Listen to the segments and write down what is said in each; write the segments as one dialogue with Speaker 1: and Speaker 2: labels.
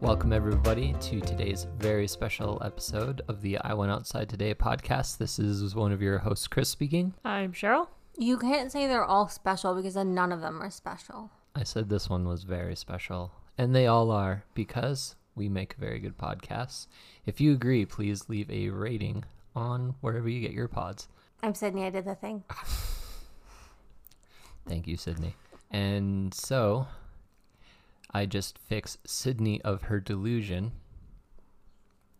Speaker 1: Welcome, everybody, to today's very special episode of the I Went Outside Today podcast. This is one of your hosts, Chris, speaking.
Speaker 2: I'm Cheryl.
Speaker 3: You can't say they're all special because then none of them are special.
Speaker 1: I said this one was very special, and they all are because we make very good podcasts. If you agree, please leave a rating on wherever you get your pods.
Speaker 3: I'm Sydney. I did the thing.
Speaker 1: Thank you, Sydney. And so I just fix Sydney of her delusion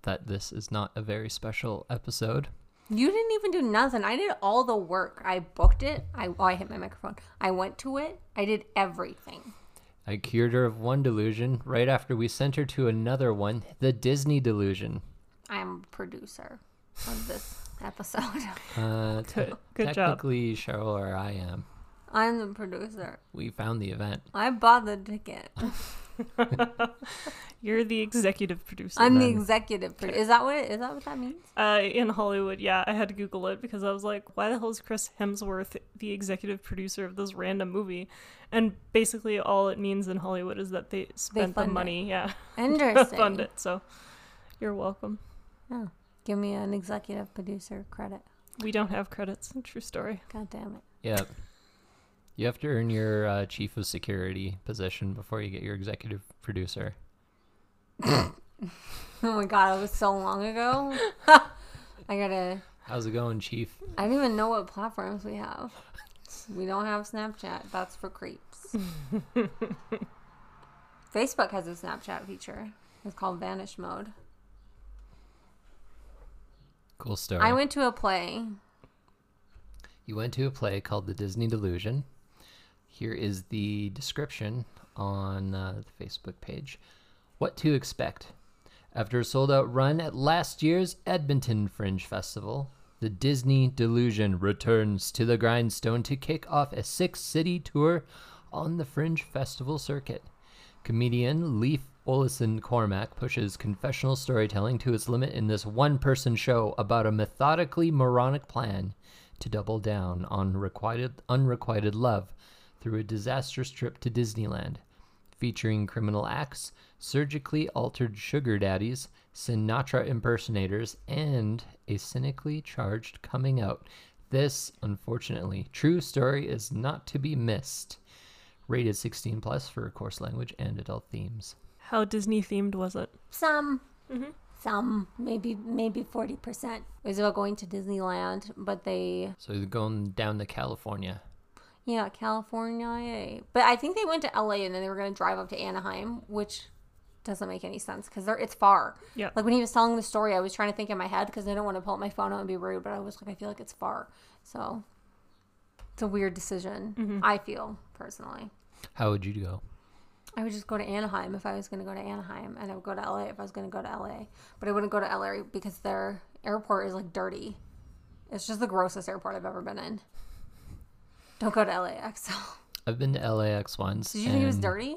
Speaker 1: that this is not a very special episode.
Speaker 3: You didn't even do nothing. I did all the work. I booked it. I, oh, I hit my microphone. I went to it. I did everything.
Speaker 1: I cured her of one delusion right after we sent her to another one, the Disney delusion.
Speaker 3: I'm producer of this episode.
Speaker 1: Uh,
Speaker 2: Good- good job.
Speaker 1: technically, Cheryl or I am.
Speaker 3: I'm the producer.
Speaker 1: We found the event.
Speaker 3: I bought the ticket.
Speaker 2: You're the executive producer.
Speaker 3: I'm the
Speaker 1: then-
Speaker 3: executive producer. Is that what it, is that what that means?
Speaker 2: uh, in Hollywood, yeah, I had to Google it because I was like, why the hell is Chris Hemsworth the executive producer of this random movie? And basically, all it means in Hollywood is that they spent the
Speaker 3: fund it.
Speaker 2: money, yeah, to
Speaker 3: Interesting.
Speaker 2: fund it. So you're welcome.
Speaker 3: Oh, give me an executive producer credit.
Speaker 2: We don't have credits. True story.
Speaker 3: God damn it.
Speaker 1: Yep. You have to earn your uh, chief of security position before you get your executive producer.
Speaker 3: Oh my god, it was so long ago. I gotta.
Speaker 1: How's it going, chief?
Speaker 3: I don't even know what platforms we have. We don't have Snapchat. That's for creeps. Facebook has a Snapchat feature. It's called Vanish Mode.
Speaker 1: Cool story.
Speaker 3: I went to a play.
Speaker 1: You went to a play called The Disney Delusion. Here is the description on uh, the Facebook page. What to expect. After a sold out run at last year's Edmonton Fringe Festival, the Disney Delusion returns to the grindstone to kick off a six city tour on the Fringe Festival circuit. Comedian Leif Olison Cormack pushes confessional storytelling to its limit in this one person show about a methodically moronic plan to double down on requited, unrequited love through a disastrous trip to Disneyland, featuring criminal acts, surgically altered sugar daddies, Sinatra impersonators, and a cynically charged coming out. This, unfortunately, true story is not to be missed rated 16 plus for coarse language and adult themes.
Speaker 2: How Disney themed was it?
Speaker 3: Some. Some. Maybe maybe 40%. It was about going to Disneyland, but they.
Speaker 1: So they're going down to California.
Speaker 3: Yeah, California. eh. But I think they went to LA and then they were going to drive up to Anaheim, which doesn't make any sense because it's far.
Speaker 2: Yeah.
Speaker 3: Like when he was telling the story, I was trying to think in my head because I don't want to pull up my phone out and be rude, but I was like, I feel like it's far. So it's a weird decision,
Speaker 2: Mm-hmm.
Speaker 3: I feel personally.
Speaker 1: How would you go?
Speaker 3: I would just go to Anaheim if I was going to go to Anaheim, and I would go to LA if I was going to go to LA. But I wouldn't go to LA because their airport is like dirty. It's just the grossest airport I've ever been in. Don't go to LAX.
Speaker 1: I've been to LAX once.
Speaker 3: Did you think it was
Speaker 1: and-
Speaker 3: dirty?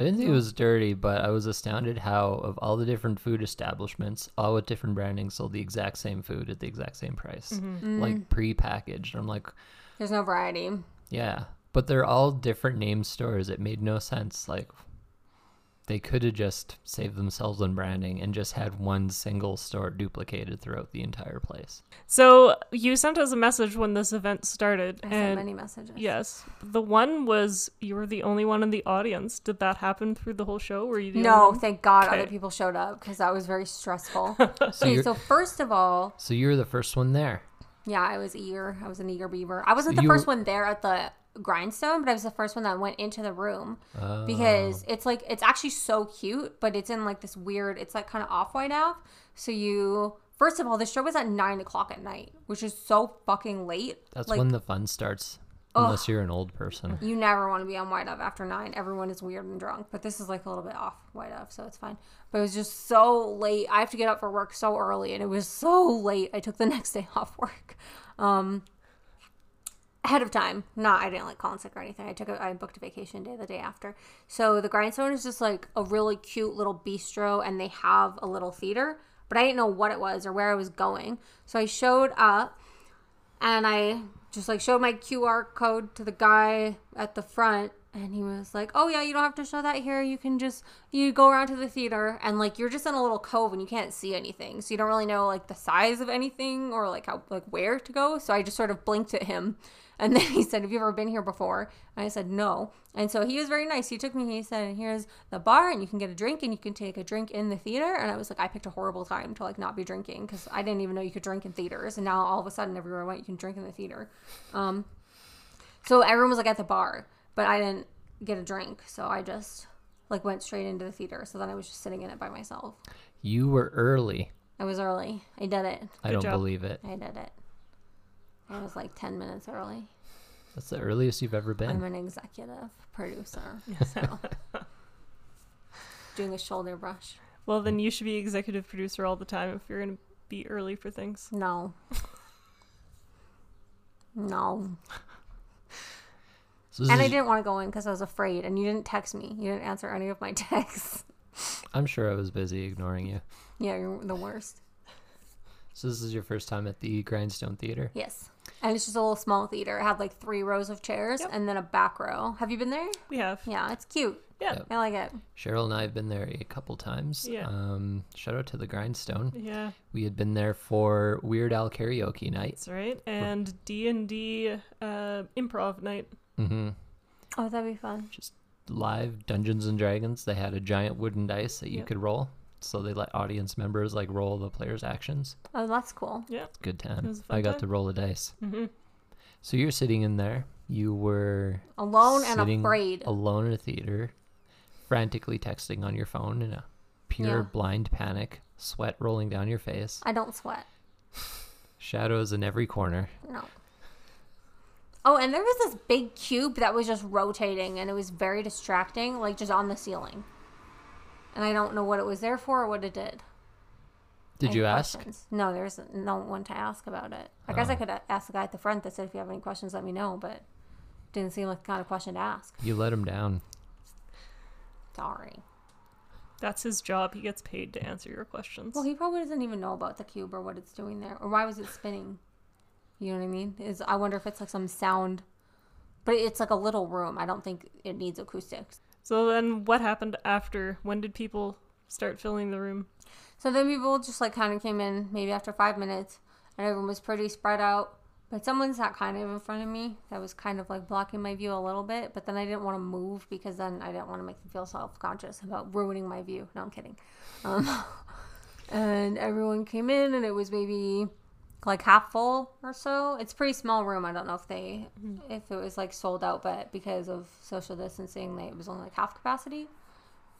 Speaker 1: I didn't think it was dirty, but I was astounded how, of all the different food establishments, all with different branding, sold the exact same food at the exact same price,
Speaker 3: Mm-hmm.
Speaker 1: like pre-packaged. I'm like,
Speaker 3: There's no variety.
Speaker 1: yeah, but they're all different name stores. It made no sense. Like, they could have just saved themselves on branding and just had one single store duplicated throughout the entire place.
Speaker 2: So you sent us a message when this event started,
Speaker 3: I sent
Speaker 2: and
Speaker 3: many messages.
Speaker 2: Yes. The one was you were the only one in the audience. Did that happen through the whole show? Were you the
Speaker 3: No,
Speaker 2: only one?
Speaker 3: thank God other
Speaker 2: Okay.
Speaker 3: people showed up because that was very stressful.
Speaker 1: So
Speaker 3: okay,
Speaker 1: you're-
Speaker 3: so first of all,
Speaker 1: So you were the first one there.
Speaker 3: yeah, I was eager. I was an eager beaver. I wasn't the
Speaker 1: You
Speaker 3: first
Speaker 1: were-
Speaker 3: one there at the grindstone, but I was the first one that went into the room because
Speaker 1: Oh.
Speaker 3: it's like it's actually so cute, but it's in like this weird. It's like kind of off white out. So you first of all, the show was at nine o'clock at night, which is so fucking late.
Speaker 1: That's
Speaker 3: like
Speaker 1: when the fun starts. Unless you're an old person.
Speaker 3: you never want to be on White Dove after nine. Everyone is weird and drunk, but this is like a little bit off White Dove, so it's fine. But it was just so late. I have to get up for work so early, and it was so late. I took the next day off work, um, ahead of time. Not I didn't like call in sick or anything. I took a, I booked a vacation day the day after. So the Grindstone is just like a really cute little bistro, and they have a little theater. But I didn't know what it was or where I was going, so I showed up and I just like showed my QR code to the guy at the front and he was like, "Oh yeah, you don't have to show that here. You can just you go around to the theater and like you're just in a little cove and you can't see anything. So you don't really know like the size of anything or like how like where to go." So I just sort of blinked at him. And then he said, "Have you ever been here before?" And I said, "No." And so he was very nice. He took me. He said, "Here's the bar and you can get a drink and you can take a drink in the theater." And I was like, I picked a horrible time to like not be drinking cuz I didn't even know you could drink in theaters. And now all of a sudden everywhere I went, you can drink in the theater. Um so everyone was like at the bar but I didn't get a drink, so I just like went straight into the theater. So then I was just sitting in it by myself.
Speaker 1: You were early.
Speaker 3: I was early. I did it.
Speaker 1: I don't
Speaker 2: job.
Speaker 1: believe it.
Speaker 3: I did it. I was like ten minutes early.
Speaker 1: That's the earliest you've ever
Speaker 3: I'm
Speaker 1: been.
Speaker 3: an executive producer, so doing a shoulder brush.
Speaker 2: Well, then you should be executive producer all the time if you're going to be early for things.
Speaker 3: No. No.
Speaker 1: So this
Speaker 3: And I
Speaker 1: is-
Speaker 3: didn't want to go in because I was afraid, and you didn't text me. You didn't answer any of my texts.
Speaker 1: I'm sure I was busy ignoring you.
Speaker 3: Yeah, you're the worst.
Speaker 1: So this is your first time at the Grindstone Theater.
Speaker 3: Yes. And it's just a little small theater. It had like three rows of chairs and then a back row. Have you been there?
Speaker 2: We have.
Speaker 3: Yeah, it's cute.
Speaker 2: Yeah.
Speaker 3: I like it.
Speaker 1: Cheryl and I have been there a couple times.
Speaker 2: Yeah.
Speaker 1: Um, shout out to the Grindstone.
Speaker 2: Yeah,
Speaker 1: We had been there for Weird Al karaoke night.
Speaker 2: that's right. And D&D uh, improv night.
Speaker 1: hmm
Speaker 3: Oh, that'd be fun.
Speaker 1: Just live Dungeons and Dragons. They had a giant wooden dice that you
Speaker 2: Yep.
Speaker 1: could roll. So they let audience members like roll the players' actions.
Speaker 3: Oh, that's cool.
Speaker 2: Yeah.
Speaker 1: Good time.
Speaker 2: It was a fun
Speaker 1: I got
Speaker 2: time.
Speaker 1: to roll a dice.
Speaker 2: Mm-hmm.
Speaker 1: So you're sitting in there. You were
Speaker 3: Alone and
Speaker 1: sitting
Speaker 3: afraid.
Speaker 1: Alone in a theater, frantically texting on your phone in a pure
Speaker 3: Yeah.
Speaker 1: blind panic, sweat rolling down your face,
Speaker 3: I don't sweat.
Speaker 1: shadows in every corner.
Speaker 3: No. Oh, and there was this big cube that was just rotating and it was very distracting, like just on the ceiling. And I don't know what it was there for or what it did.
Speaker 1: Did
Speaker 3: Any
Speaker 1: you ask? Oh.
Speaker 3: questions? No, there's no one to ask about it. I guess I could a- ask the guy at the front that said, if you have any questions, let me know, but didn't seem like the kind of question to ask.
Speaker 1: You let him down.
Speaker 3: Sorry.
Speaker 2: That's his job. He gets paid to answer your questions.
Speaker 3: Well, he probably doesn't even know about the cube or what it's doing there, or why was it spinning. You know what I mean? Is I wonder if it's like some sound, but it's like a little room. I don't think it needs acoustics.
Speaker 2: so then what happened after? When did people start filling the room?
Speaker 3: So then people just like kind of came in, maybe after five minutes, and everyone was pretty spread out. But someone sat kind of in front of me that was kind of like blocking my view a little bit. But then I didn't want to move because then I didn't want to make them feel self conscious about ruining my view. No, I'm kidding. Um, and everyone came in, and it was maybe like half full or so. It's a pretty small room. I don't know if they if it was like sold out, but because of social distancing, they, it was only like half capacity.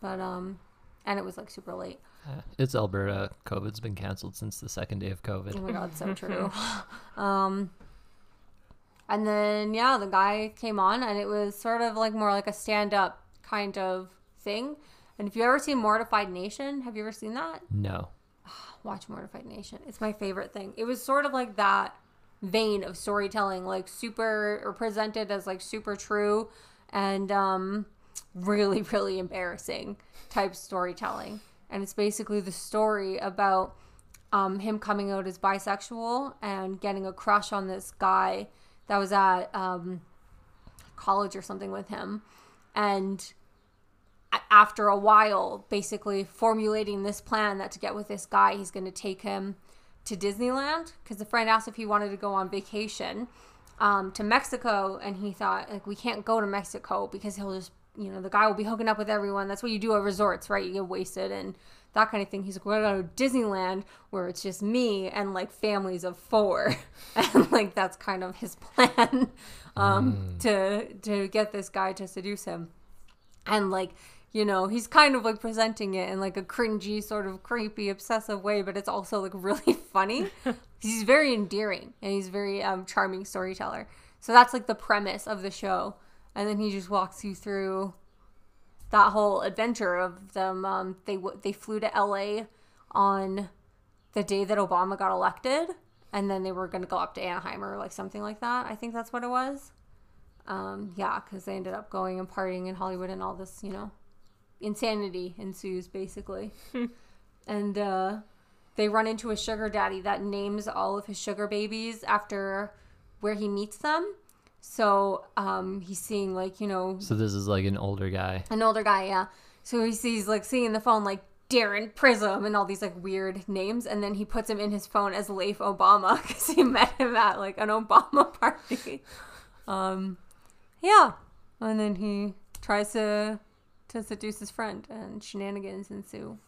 Speaker 3: But um, and it was like super late.
Speaker 1: Uh, it's Alberta. COVID's been canceled since the second day of
Speaker 3: Oh
Speaker 1: COVID.
Speaker 3: my god, so true. um, and then yeah, the guy came on, and it was sort of like more like a stand-up kind of thing. And if you ever seen Mortified Nation, have you ever seen that?
Speaker 1: No.
Speaker 3: Watch Mortified Nation. It's my favorite thing. It was sort of like that vein of storytelling, like super or presented as like super true and um, really, really embarrassing type storytelling. And it's basically the story about um, him coming out as bisexual and getting a crush on this guy that was at um, college or something with him. And a- after a while, basically formulating this plan that to get with this guy, he's going to take him to Disneyland because the friend asked if he wanted to go on vacation um, to Mexico, and he thought like we can't go to Mexico because he'll just you know the guy will be hooking up with everyone. That's what you do at resorts, right? You get wasted and that kind of thing. He's like, we're going to Disneyland where it's just me and like families of four, and like that's kind of his plan um, to to get this guy to seduce him and like you know he's kind of like presenting it in like a cringy sort of creepy obsessive way but it's also like really funny he's very endearing and he's very um, charming storyteller so that's like the premise of the show and then he just walks you through that whole adventure of them um, they w- they flew to la on the day that obama got elected and then they were going to go up to anaheim or like something like that i think that's what it was um, yeah, because they ended up going and partying in Hollywood and all this, you know, insanity ensues basically. and uh, they run into a sugar daddy that names all of his sugar babies after where he meets them. So um, he's seeing like you know
Speaker 1: So this is like an older guy.
Speaker 3: an older guy, yeah. So he sees like seeing the phone like Darren Prism and all these like weird names, and then he puts him in his phone as Leif Obama because he met him at like an Obama party. Um, yeah, and then he tries to to seduce his friend, and shenanigans ensue.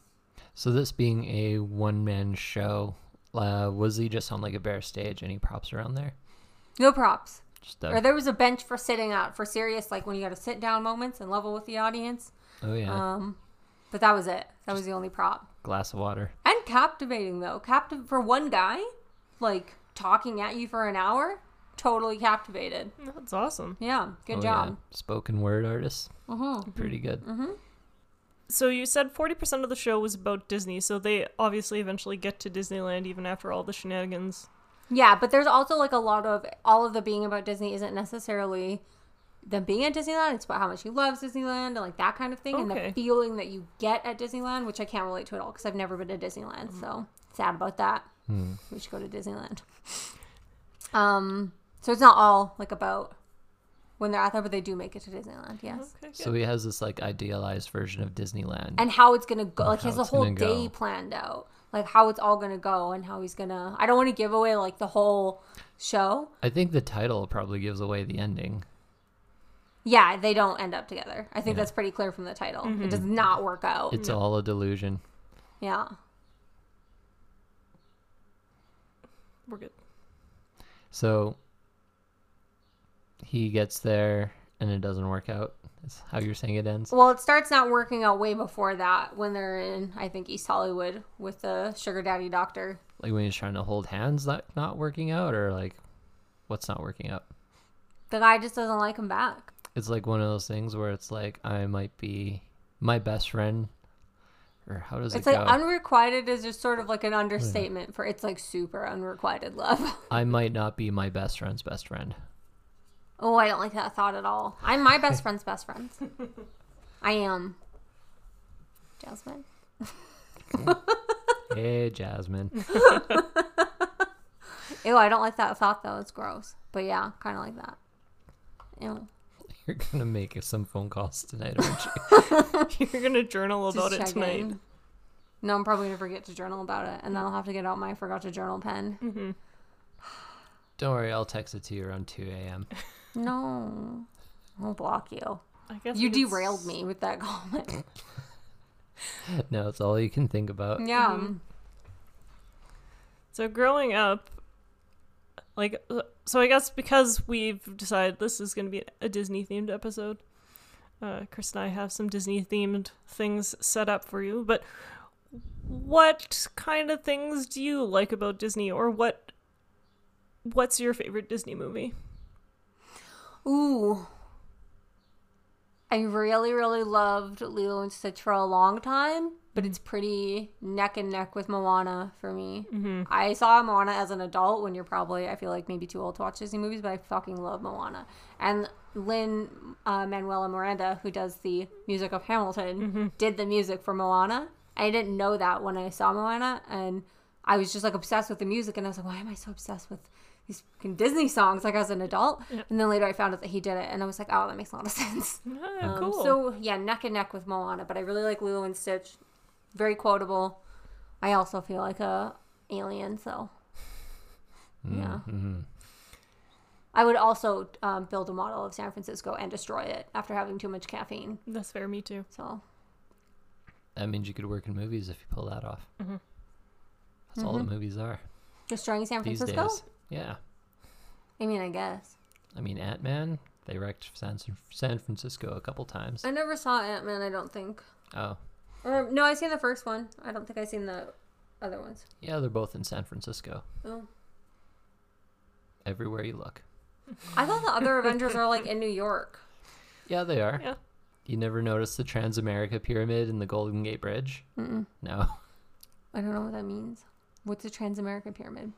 Speaker 1: So this being a one man show, uh, was he just on like a bare stage? Any props around there?
Speaker 3: No props.
Speaker 1: Just uh, a,
Speaker 3: Or there was a bench for sitting out for serious, like when you got to sit down moments and level with the audience.
Speaker 1: oh yeah,
Speaker 3: Um, but that was it. That was the only prop.
Speaker 1: glass of water.
Speaker 3: And captivating though. Captive for one guy, like talking at you for an hour, totally captivated.
Speaker 2: That's awesome.
Speaker 3: Yeah, good
Speaker 1: oh,
Speaker 3: job. Mm-hmm,
Speaker 1: Yeah. Spoken word artist. Pretty good.
Speaker 2: So you said 40% of the show was about Disney, so they obviously eventually get to Disneyland even after all the shenanigans.
Speaker 3: Yeah. but there's also like a lot of all of the being about Disney isn't necessarily them being at Disneyland. It's about how much he loves Disneyland and like that kind of thing, and
Speaker 2: Okay.
Speaker 3: the feeling that you get at Disneyland, which I can't relate to at all because I've never been to Disneyland. So sad about that. We should go to Disneyland. um, so it's not all like about when they're out there, but they do make it to Disneyland. Yes.
Speaker 2: Okay, good.
Speaker 1: So he has this like idealized version of Disneyland.
Speaker 3: and how it's gonna go.
Speaker 1: And
Speaker 3: Like he
Speaker 1: how
Speaker 3: has the
Speaker 1: it's
Speaker 3: whole
Speaker 1: gonna go.
Speaker 3: day planned out, like how it's all gonna go and how he's gonna. I don't want to give away like the whole show.
Speaker 1: I think the title probably gives away the ending.
Speaker 3: Yeah, they don't end up together. I think that's pretty clear from the title. It does not work out.
Speaker 1: It's all a delusion.
Speaker 3: yeah,
Speaker 2: We're good.
Speaker 1: So he gets there and it doesn't work out. Is how you're saying it ends.
Speaker 3: Well, it starts not working out way before that when they're in, I think, East Hollywood with the sugar daddy doctor.
Speaker 1: Like when he's trying to hold hands, that not working out, or like what's not working out.
Speaker 3: The guy just doesn't like him back.
Speaker 1: It's like one of those things where it's like I might be my best friend, or how does
Speaker 3: It's
Speaker 1: it
Speaker 3: like
Speaker 1: go?
Speaker 3: unrequited is just sort of like an understatement for it's like super unrequited love.
Speaker 1: I might not be my best friend's best friend.
Speaker 3: Oh, I don't like that thought at all. I'm my best friend's best friend. I am. Jasmine.
Speaker 1: Hey, Jasmine.
Speaker 3: Ew, I don't like that thought though. It's gross. But yeah, kind of like that. Ew.
Speaker 1: You're gonna make some phone calls tonight, aren't you?
Speaker 2: You're gonna journal
Speaker 3: Just
Speaker 2: about it
Speaker 3: check
Speaker 2: tonight.
Speaker 3: in. No, I'm probably gonna forget to journal about it, and then I'll have to get out my forgot to journal pen.
Speaker 1: Don't worry, I'll text it to you around 2 a.m.
Speaker 3: No, I'll block you.
Speaker 2: I guess
Speaker 3: You
Speaker 2: I could
Speaker 3: derailed
Speaker 2: s-
Speaker 3: me with that comment.
Speaker 1: No, it's all you can think about.
Speaker 3: yeah.
Speaker 2: So growing up, like, uh, so I guess because we've decided this is going to be a Disney themed episode, uh, Chris and I have some Disney themed things set up for you. But what kind of things do you like about Disney, or what? What's your favorite Disney movie?
Speaker 3: Ooh. I really, really loved Lilo and Stitch for a long time, but it's pretty neck and neck with Moana for me. I saw Moana as an adult when you're probably, I feel like, maybe too old to watch Disney movies, but I fucking love Moana. And Lynn uh, Manuela Miranda, who does the music of Hamilton, did the music for Moana. I didn't know that when I saw Moana, and I was just like obsessed with the music, and I was like, why am I so obsessed with these fucking Disney songs like as an adult? And then later I found out that he did it, and I was like, oh, that makes a lot of sense.
Speaker 2: Ah,
Speaker 3: Um,
Speaker 2: cool.
Speaker 3: So yeah, neck and neck with Moana, but I really like Lilo and Stitch. Very quotable. I also feel like a alien, so yeah.
Speaker 1: Mm-hmm.
Speaker 3: I would also um, build a model of San Francisco and destroy it after having too much caffeine.
Speaker 2: That's fair. Me too.
Speaker 3: So
Speaker 1: That means you could work in movies if you pull that off.
Speaker 3: Mm-hmm.
Speaker 1: That's all the movies are
Speaker 3: destroying Mm-hmm. San
Speaker 1: these
Speaker 3: Francisco.
Speaker 1: days. Yeah.
Speaker 3: I mean, I guess
Speaker 1: I mean, Ant Man, they wrecked San, San Francisco a couple times.
Speaker 3: I never saw Ant Man. I don't think.
Speaker 1: Oh,
Speaker 3: Or no, I seen the first one. I don't think I seen the other ones.
Speaker 1: yeah, they're both in San Francisco.
Speaker 3: Oh.
Speaker 1: Everywhere you look.
Speaker 3: I thought the other Avengers are like in New York.
Speaker 1: Yeah, they are.
Speaker 2: Yeah.
Speaker 1: You never noticed the Transamerica Pyramid and the Golden Gate Bridge?
Speaker 3: Mm-mm.
Speaker 1: No.
Speaker 3: I don't know what that means. What's a Transamerican Pyramid?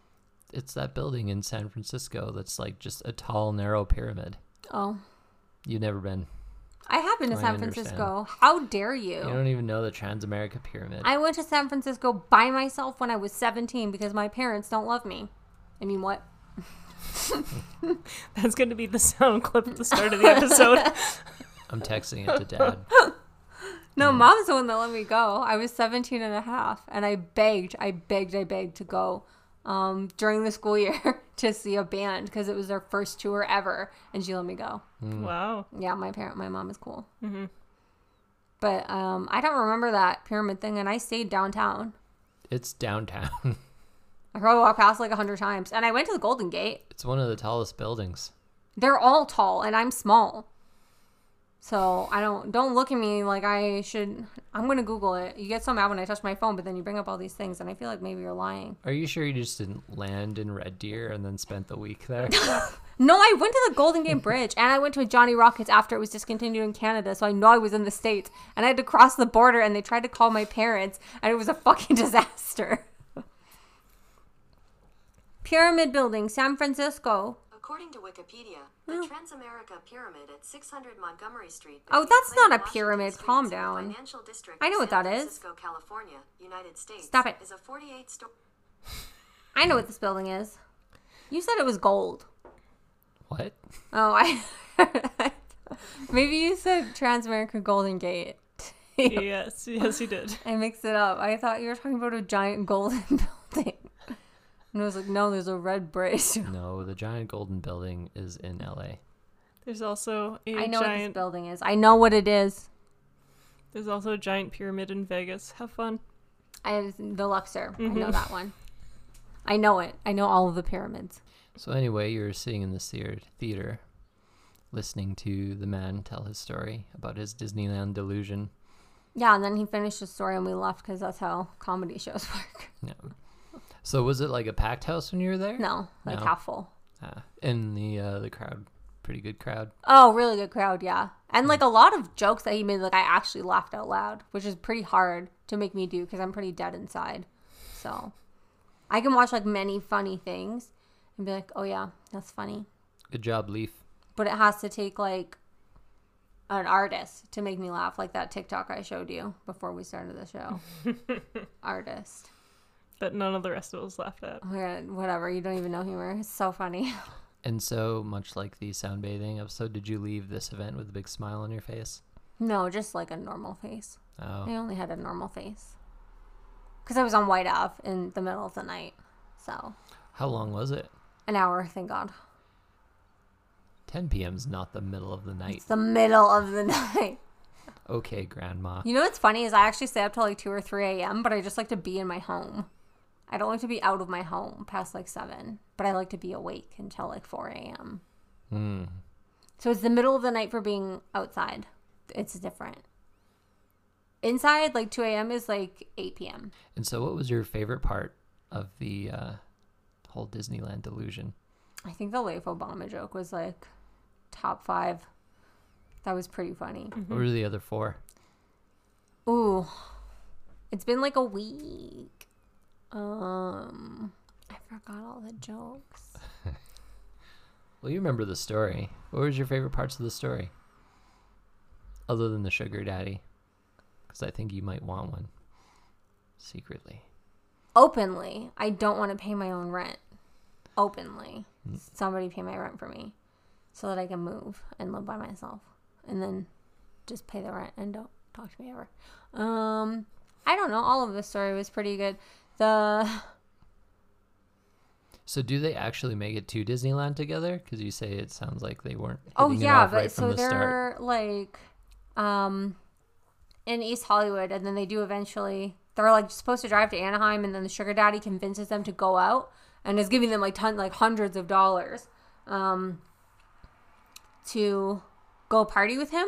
Speaker 1: It's that building in San Francisco that's like just a tall, narrow pyramid.
Speaker 3: Oh.
Speaker 1: You've never been.
Speaker 3: I have been to
Speaker 1: I
Speaker 3: San
Speaker 1: understand.
Speaker 3: Francisco. How dare you?
Speaker 1: You don't even know the Transamerica Pyramid.
Speaker 3: I went to San Francisco by myself when I was 17 because my parents don't love me. I mean, what?
Speaker 2: That's going to be the sound clip at the start of the episode.
Speaker 1: I'm texting it to dad.
Speaker 3: No, mom's the one that let me go. I was 17 and a half, and I begged, I begged, I begged to go um, during the school year to see a band because it was their first tour ever, and she let me go.
Speaker 2: wow.
Speaker 3: Yeah, my parent, my mom is cool. Mm-hmm. But um, I don't remember that pyramid thing, and I stayed downtown.
Speaker 1: It's downtown.
Speaker 3: I probably walked past like a hundred times, and I went to the Golden Gate.
Speaker 1: It's one of the tallest buildings.
Speaker 3: They're all tall, and I'm small. So I don't don't look at me like I should. I'm gonna Google it. You get so mad when I touch my phone, but then you bring up all these things, and I feel like maybe you're lying.
Speaker 1: Are you sure you just didn't land in Red Deer and then spent the week there?
Speaker 3: No, I went to the Golden Gate Bridge and I went to a Johnny Rockets after it was discontinued in Canada, so I know I was in the States. And I had to cross the border and they tried to call my parents and it was a fucking disaster. Pyramid Building, San Francisco.
Speaker 4: According to Wikipedia, the Transamerica Pyramid at 600 Montgomery Street.
Speaker 3: Oh,
Speaker 4: between
Speaker 3: that's
Speaker 4: Clay
Speaker 3: not
Speaker 4: and
Speaker 3: a
Speaker 4: Washington
Speaker 3: pyramid.
Speaker 4: Streets
Speaker 3: Calm
Speaker 4: in the
Speaker 3: down.
Speaker 4: Financial district
Speaker 3: I know
Speaker 4: of
Speaker 3: what
Speaker 4: San
Speaker 3: that is.
Speaker 4: Francisco, California, United States.
Speaker 3: Stop it.
Speaker 4: Is a 48 story.
Speaker 3: I know what this building is. You said it was gold.
Speaker 1: what?
Speaker 3: Oh, I. Maybe you said Transamerica Golden Gate. I
Speaker 2: Yes, yes, you did.
Speaker 3: mixed it up. I thought you were talking about a giant golden building. And I was like, no, there's a red bridge.
Speaker 1: No, the giant golden building is in LA.
Speaker 2: There's also a
Speaker 3: I know what this
Speaker 2: giant.
Speaker 3: building is. I know what it is.
Speaker 2: There's also a giant pyramid in Vegas. Have fun.
Speaker 3: I have the Luxor. I know that one. I know it. I know all of the pyramids.
Speaker 1: So anyway, you're sitting in the theater, theater, listening to the man tell his story about his Disneyland delusion.
Speaker 3: Yeah, and then he finished his story and we left because that's how comedy shows work.
Speaker 1: No. So was it like a packed house when you were there?
Speaker 3: No, like
Speaker 1: No.
Speaker 3: half full.
Speaker 1: Ah, and the uh, the crowd, pretty good crowd.
Speaker 3: Oh, really good crowd, yeah. And like a lot of jokes that he made, like I actually laughed out loud, which is pretty hard to make me do because I'm pretty dead inside. So I can watch like many funny things and be like, oh yeah, that's funny.
Speaker 1: Good job, Leaf.
Speaker 3: but it has to take like an artist to make me laugh like that tiktok i showed you before we started the show artist
Speaker 2: That none of the rest of us laughed at.
Speaker 3: Oh my God, whatever you don't even know humor it's so funny
Speaker 1: And so much like the sound bathing episode, did you leave this event with a big smile on your face?
Speaker 3: no just like a normal face
Speaker 1: Oh,
Speaker 3: i only had a normal face because i was on white ave in the middle of the night so
Speaker 1: how long was it?
Speaker 3: an hour thank god
Speaker 1: 10 p.m.'s not the middle of the night.
Speaker 3: it's the middle of the night
Speaker 1: Okay, grandma.
Speaker 3: you know what's funny is i actually stay up till like 2 or 3 a.m but i just like to be in my home i don't like to be out of my home past like 7 but i like to be awake until like 4 a.m
Speaker 1: Hmm.
Speaker 3: So it's the middle of the night for being outside. It's different. Inside, like 2 a.m. is like 8 p.m.
Speaker 1: And so, what was your favorite part of the uh, whole Disneyland delusion?
Speaker 3: I think the Leif Obama joke was like top five. That was pretty funny.
Speaker 1: What were the other four?
Speaker 3: Ooh, it's been like a week. Um, I forgot all the jokes.
Speaker 1: Well, you remember the story. What was your favorite parts of the story? Other than the sugar daddy, because I think you might want one secretly.
Speaker 3: Openly, I don't want to pay my own rent. Openly, somebody pay my rent for me so that I can move and live by myself. and then just pay the rent and don't talk to me ever. Um, I don't know. All of the story was pretty good. The
Speaker 1: So, do they actually make it to Disneyland together? Because you say it sounds like they weren't.
Speaker 3: oh
Speaker 1: hitting it
Speaker 3: yeah,
Speaker 1: off
Speaker 3: but
Speaker 1: right from
Speaker 3: so
Speaker 1: the start.
Speaker 3: they're like, um, in East Hollywood, and then they do eventually. They're like supposed to drive to Anaheim, and then the sugar daddy convinces them to go out and is giving them like ton, like hundreds of dollars, um, to go party with him,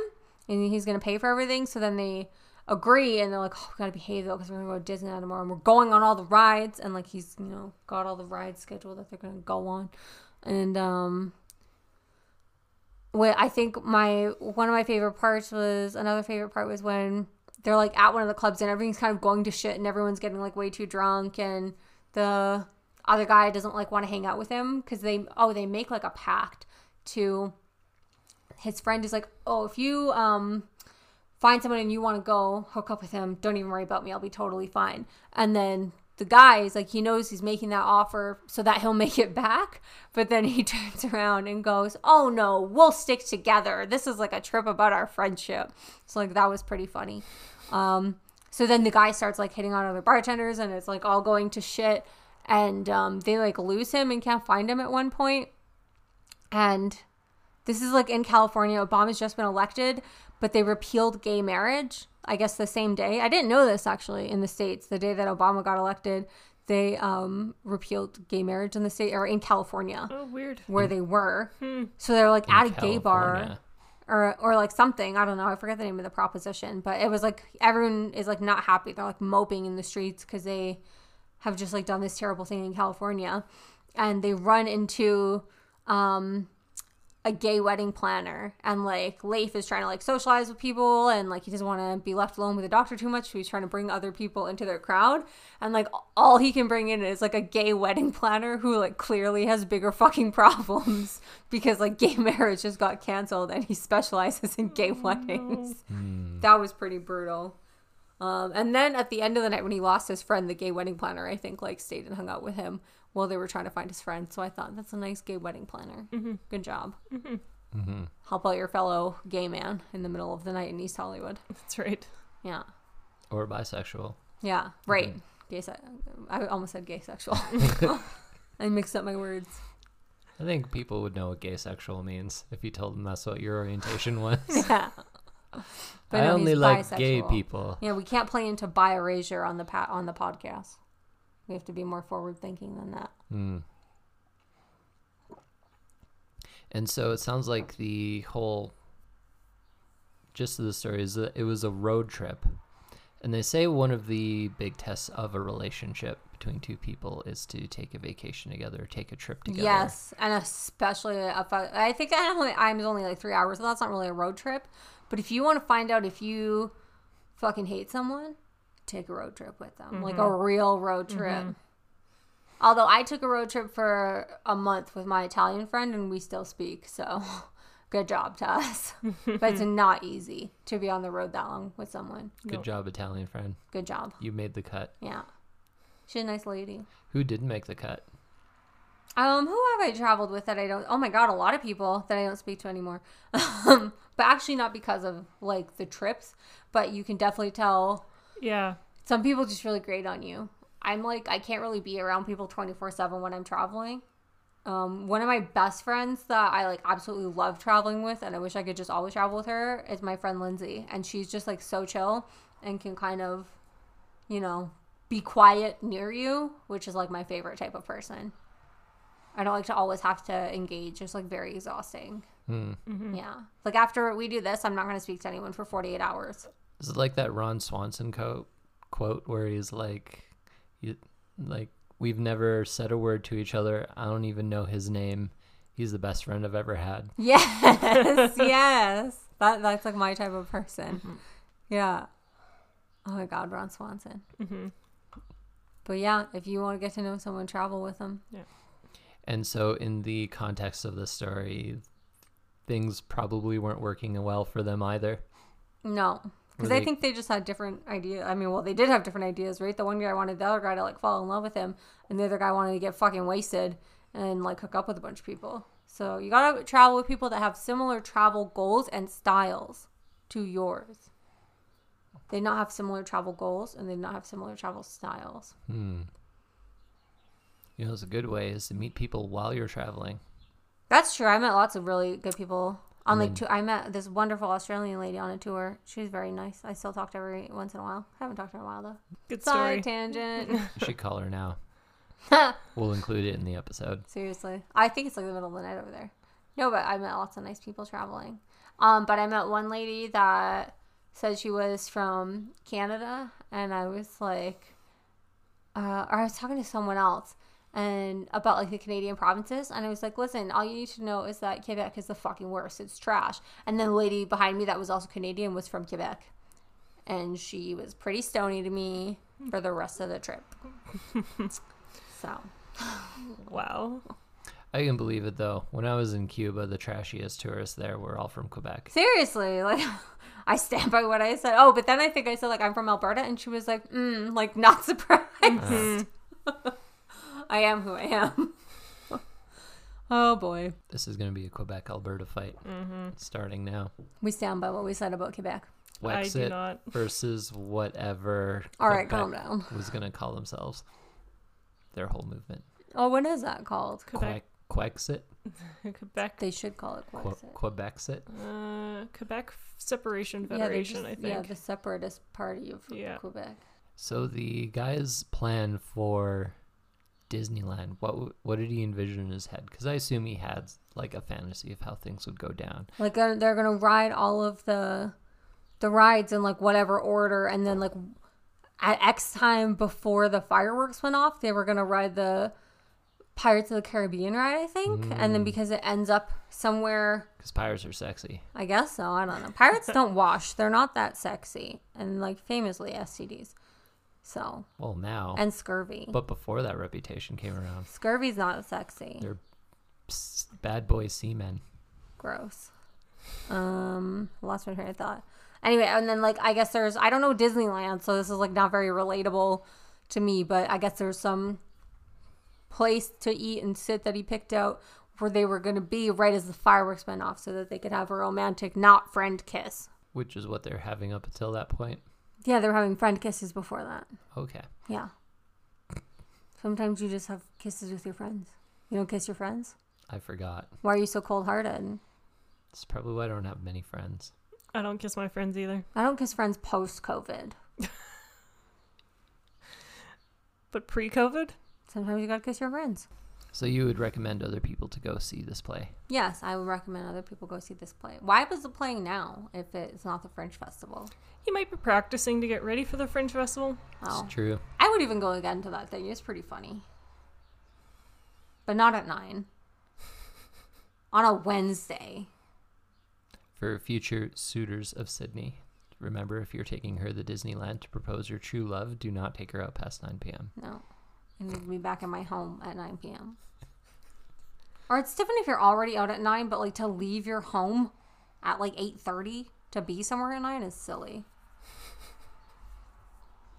Speaker 3: and he's gonna pay for everything. So then they agree, and they're like, "Oh, we gotta behave though, because we're gonna go to Disneyland tomorrow, and we're going on all the rides." And like he's, you know, got all the rides scheduled that they're gonna go on, and um, when I think my one of my favorite parts was another favorite part was when they're like at one of the clubs and everything's kind of going to shit and everyone's getting like way too drunk and the other guy doesn't like want to hang out with him because they oh they make like a pact to his friend is like oh if you um find someone and you want to go hook up with him don't even worry about me I'll be totally fine and then the guys like he knows he's making that offer so that he'll make it back but then he turns around and goes oh no we'll stick together this is like a trip about our friendship so like that was pretty funny um so then the guy starts like hitting on other bartenders and it's like all going to shit and um they like lose him and can't find him at one point and this is like in California. Obama's just been elected, but they repealed gay marriage, I guess the same day. I didn't know this actually in the States. The day that Obama got elected, they um, repealed gay marriage in the state or in California
Speaker 2: Oh, weird.
Speaker 3: where they were. So they were like at a gay bar
Speaker 1: California.
Speaker 3: or, or like something. I don't know. I forget the name of the proposition, but it was like everyone is like not happy. They're like moping in the streets because they have just like done this terrible thing in California. And they run into um, a gay wedding planner. And like Leif is trying to like socialize with people and like he doesn't want to be left alone with the doctor too much. So he's trying to bring other people into their crowd. And like all he can bring in is like a gay wedding planner who like clearly has bigger fucking problems because like gay marriage just got canceled and he specializes in gay weddings. That was pretty brutal. Um, and then at the end of the night, when he lost his friend, the gay wedding planner, I think, like stayed and hung out with him while they were trying to find his friend. So I thought that's a nice gay wedding planner. Good job. Help out your fellow gay man in the middle of the night in East Hollywood.
Speaker 2: That's right.
Speaker 3: Yeah,
Speaker 1: or bisexual.
Speaker 3: yeah,
Speaker 1: Mm-hmm.
Speaker 3: right. Gay. Se- I almost said gay sexual. I mixed up my words.
Speaker 1: I think people would know what gay sexual means if you told them that's what your orientation was.
Speaker 3: Yeah. But
Speaker 1: I
Speaker 3: no,
Speaker 1: only
Speaker 3: he's
Speaker 1: like gay
Speaker 3: bisexual.
Speaker 1: people.
Speaker 3: Yeah, we can't play into bi erasure on the pa- on the podcast. We have to be more forward thinking than that.
Speaker 1: And so it sounds like the whole gist of the story is that it was a road trip. And they say one of the big tests of a relationship between two people is to take a vacation together, take a trip together.
Speaker 3: Yes, and especially if I, I think I only, I'm only like three hours, so that's not really a road trip. But if you want to find out if you fucking hate someone, take a road trip with them, like a real road trip. Although I took a road trip for a month with my Italian friend, and we still speak, so good job to us. but it's not easy to be on the road that long with someone.
Speaker 1: Good job, Italian friend.
Speaker 3: Good job.
Speaker 1: You made the cut.
Speaker 3: Yeah, she's a nice lady.
Speaker 1: Who didn't make the cut?
Speaker 3: Um, who have I traveled with that I don't? Oh my god, a lot of people that I don't speak to anymore. Um, but actually, not because of like the trips, but you can definitely tell
Speaker 2: Yeah.
Speaker 3: some people just really grate on you. I'm like, I can't really be around people 24 7 when I'm traveling. Um, one of my best friends that I like absolutely love traveling with, and I wish I could just always travel with her, is my friend Lindsay. And she's just like so chill and can kind of, you know, be quiet near you, which is like my favorite type of person. I don't like to always have to engage. It's like very exhausting. Yeah. Like after we do this, I'm not going to speak to anyone for 48 hours.
Speaker 1: Is it like that Ron Swanson co- quote where he's like, you, like we've never said a word to each other. I don't even know his name. He's the best friend I've ever had.
Speaker 3: Yes, yes. That that's like my type of person. Yeah. Oh my God, Ron Swanson. But yeah, if you want to get to know someone, travel with them.
Speaker 1: And so, in the context of the story, things probably weren't working well for them either.
Speaker 3: No, because
Speaker 1: Were
Speaker 3: I
Speaker 1: they-
Speaker 3: think they just had different ideas. I mean, well, they did have different ideas, right? The one guy wanted the other guy to like fall in love with him, and the other guy wanted to get fucking wasted and like hook up with a bunch of people. So you gotta travel with people that have similar travel goals and styles to yours. They not have similar travel goals and they not have similar travel styles.
Speaker 1: You know, it's a good way is to meet people while you're traveling.
Speaker 3: That's true. I met lots of really good people on like two. I met this wonderful Australian lady on a tour. She was very nice. I still talk to her every once in a while. haven't talked to her in a while though.
Speaker 2: Good story.
Speaker 3: Side tangent.
Speaker 1: You should call her now. we'll include it in the episode.
Speaker 3: Seriously. I think it's like the middle of the night over there. No, but I met lots of nice people traveling. Um, but I met one lady that said she was from Canada, and I was like, uh, or I was talking to someone else and about like the Canadian provinces, and I was like, listen, all you need to know is that Quebec is the fucking worst. It's trash. And then the lady behind me that was also Canadian was from Quebec, and she was pretty stony to me for the rest of the trip. so.
Speaker 2: Wow.
Speaker 1: I can believe it though. When I was in Cuba, the trashiest tourists there were all from Quebec.
Speaker 3: Seriously, like I stand by what I said. Oh, but then I think I said like I'm from Alberta, and she was like, mm, like not surprised.
Speaker 2: Mm-hmm.
Speaker 1: Uh,
Speaker 3: I am who I am. oh boy,
Speaker 1: This is going to be a Quebec Alberta fight Mm-hmm.
Speaker 2: Mm.
Speaker 1: starting now.
Speaker 3: we stand by what we said about Quebec.
Speaker 2: I do
Speaker 1: Wexit
Speaker 2: not.
Speaker 1: versus whatever.
Speaker 3: All right,
Speaker 1: Quebec
Speaker 3: calm down.
Speaker 1: Was going to call themselves their whole movement.
Speaker 3: Oh, what is that called?
Speaker 2: Quebec.
Speaker 1: Quebec. Quexit,
Speaker 2: Quebec.
Speaker 3: They should call it
Speaker 1: Que-
Speaker 3: Quexit.
Speaker 1: Quebecsit.
Speaker 2: Uh, Quebec Separation
Speaker 3: Yeah, they
Speaker 2: Federation,
Speaker 3: just-
Speaker 2: I
Speaker 3: Yeah,
Speaker 2: think.
Speaker 3: the separatist party of
Speaker 2: Yeah.
Speaker 3: Quebec.
Speaker 1: So the guy's plan for Disneyland, what w- what did he envision in his head? Because I assume he had like a fantasy of how things would go down.
Speaker 3: Like uh, they're gonna ride all of the the rides in like whatever order, and then like at X time before the fireworks went off, they were gonna ride the Pirates of the Caribbean ride, I think, and then because it ends up somewhere,
Speaker 1: Because pirates are sexy.
Speaker 3: I guess so. I don't know. Pirates don't wash; they're not that sexy, and like famously STDs, so
Speaker 1: Well, now,
Speaker 3: and scurvy.
Speaker 1: Oh. but before that reputation came around,
Speaker 3: Scurvy's not sexy.
Speaker 1: they're s- bad boy seamen.
Speaker 3: gross. Um, lost my train of thought. Anyway, and then like I guess there's I don't know Disneyland, so this is like not very relatable to me, but I guess there's some place to eat and sit that he picked out where they were gonna be right as the fireworks went off, so that they could have a romantic, not friend kiss.
Speaker 1: which is what they're having up until that point.
Speaker 3: Yeah, they were having friend kisses before that.
Speaker 1: Okay.
Speaker 3: Yeah. Sometimes you just have kisses with your friends. You don't kiss your friends.
Speaker 1: I forgot.
Speaker 3: Why are you so cold hearted?
Speaker 1: It's probably why I don't have many friends.
Speaker 2: I don't kiss my friends either.
Speaker 3: I don't kiss friends post COVID.
Speaker 2: But pre COVID?
Speaker 3: Sometimes you gotta kiss your friends.
Speaker 1: So you would recommend other people to go see this play.
Speaker 3: Yes, I would recommend other people go see this play. Why was it playing now if it's not the Fringe Festival?
Speaker 2: He might be practicing to get ready for the Fringe Festival.
Speaker 3: Oh,
Speaker 1: It's true.
Speaker 3: I would even go again to that thing. It's pretty funny, but not at nine on a Wednesday.
Speaker 1: For future suitors of Sydney, remember if you're taking her to Disneyland to propose your true love, do not take her out past 9 p.m.
Speaker 3: No, I need to be back in my home at nine p.m. Or it's different if you're already out at nine, but like to leave your home at like eight thirty to be somewhere at nine is silly.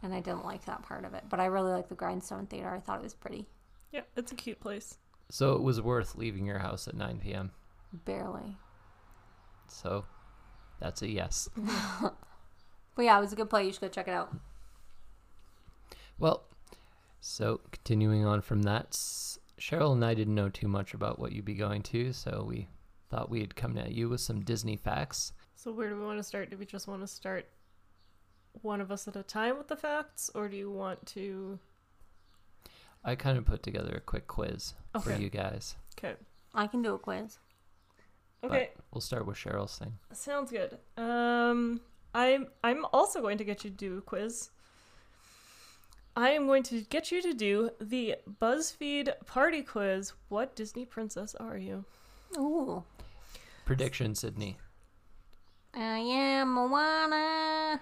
Speaker 3: And I didn't like that part of it, but I really like the Grindstone Theater. I thought it was pretty.
Speaker 2: Yeah, it's a cute place.
Speaker 1: So it was worth leaving your house at 9 p.m.
Speaker 3: Barely.
Speaker 1: So that's a yes.
Speaker 3: But yeah, it was a good play. You should go check it out.
Speaker 1: Well, so continuing on from that, s- Cheryl and I didn't know too much about what you'd be going to, so we thought we'd come at you with some Disney facts.
Speaker 2: So, where do we want to start? Do we just want to start one of us at a time with the facts, or do you want to.
Speaker 1: I kind of put together a quick quiz for
Speaker 2: Okay.
Speaker 1: you guys.
Speaker 2: Okay.
Speaker 3: I can do a quiz.
Speaker 2: Okay.
Speaker 1: But we'll start with Cheryl's thing.
Speaker 2: Sounds good. Um, I'm I'm also going to get you to do a quiz. I am going to get you to do the BuzzFeed party quiz. What Disney princess are you?
Speaker 3: Ooh.
Speaker 1: Prediction, Sydney.
Speaker 3: I am Moana.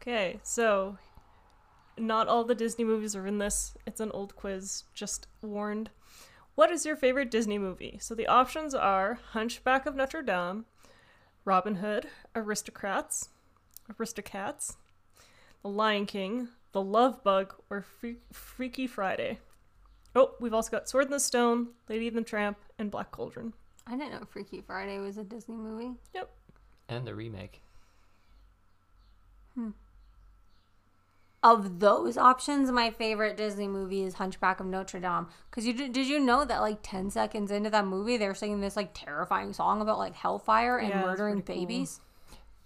Speaker 2: Okay, so not all the Disney movies are in this. It's an old quiz, just warned. What is your favorite Disney movie? So the options are Hunchback of Notre Dame, Robin Hood, Aristocrats, Aristocats, The Lion King, The Love Bug, or Fre- Freaky Friday. Oh, we've also got Sword in the Stone, Lady and the Tramp, and Black Cauldron.
Speaker 3: I didn't know Freaky Friday was a Disney movie.
Speaker 2: Yep.
Speaker 1: And the remake.
Speaker 3: Of those options, my favorite Disney movie is Hunchback of Notre Dame. Cause you did did you know that like ten seconds into that movie, they're singing this like terrifying song about like hellfire and
Speaker 2: Yeah, it's
Speaker 3: murdering
Speaker 2: pretty cool.
Speaker 3: babies.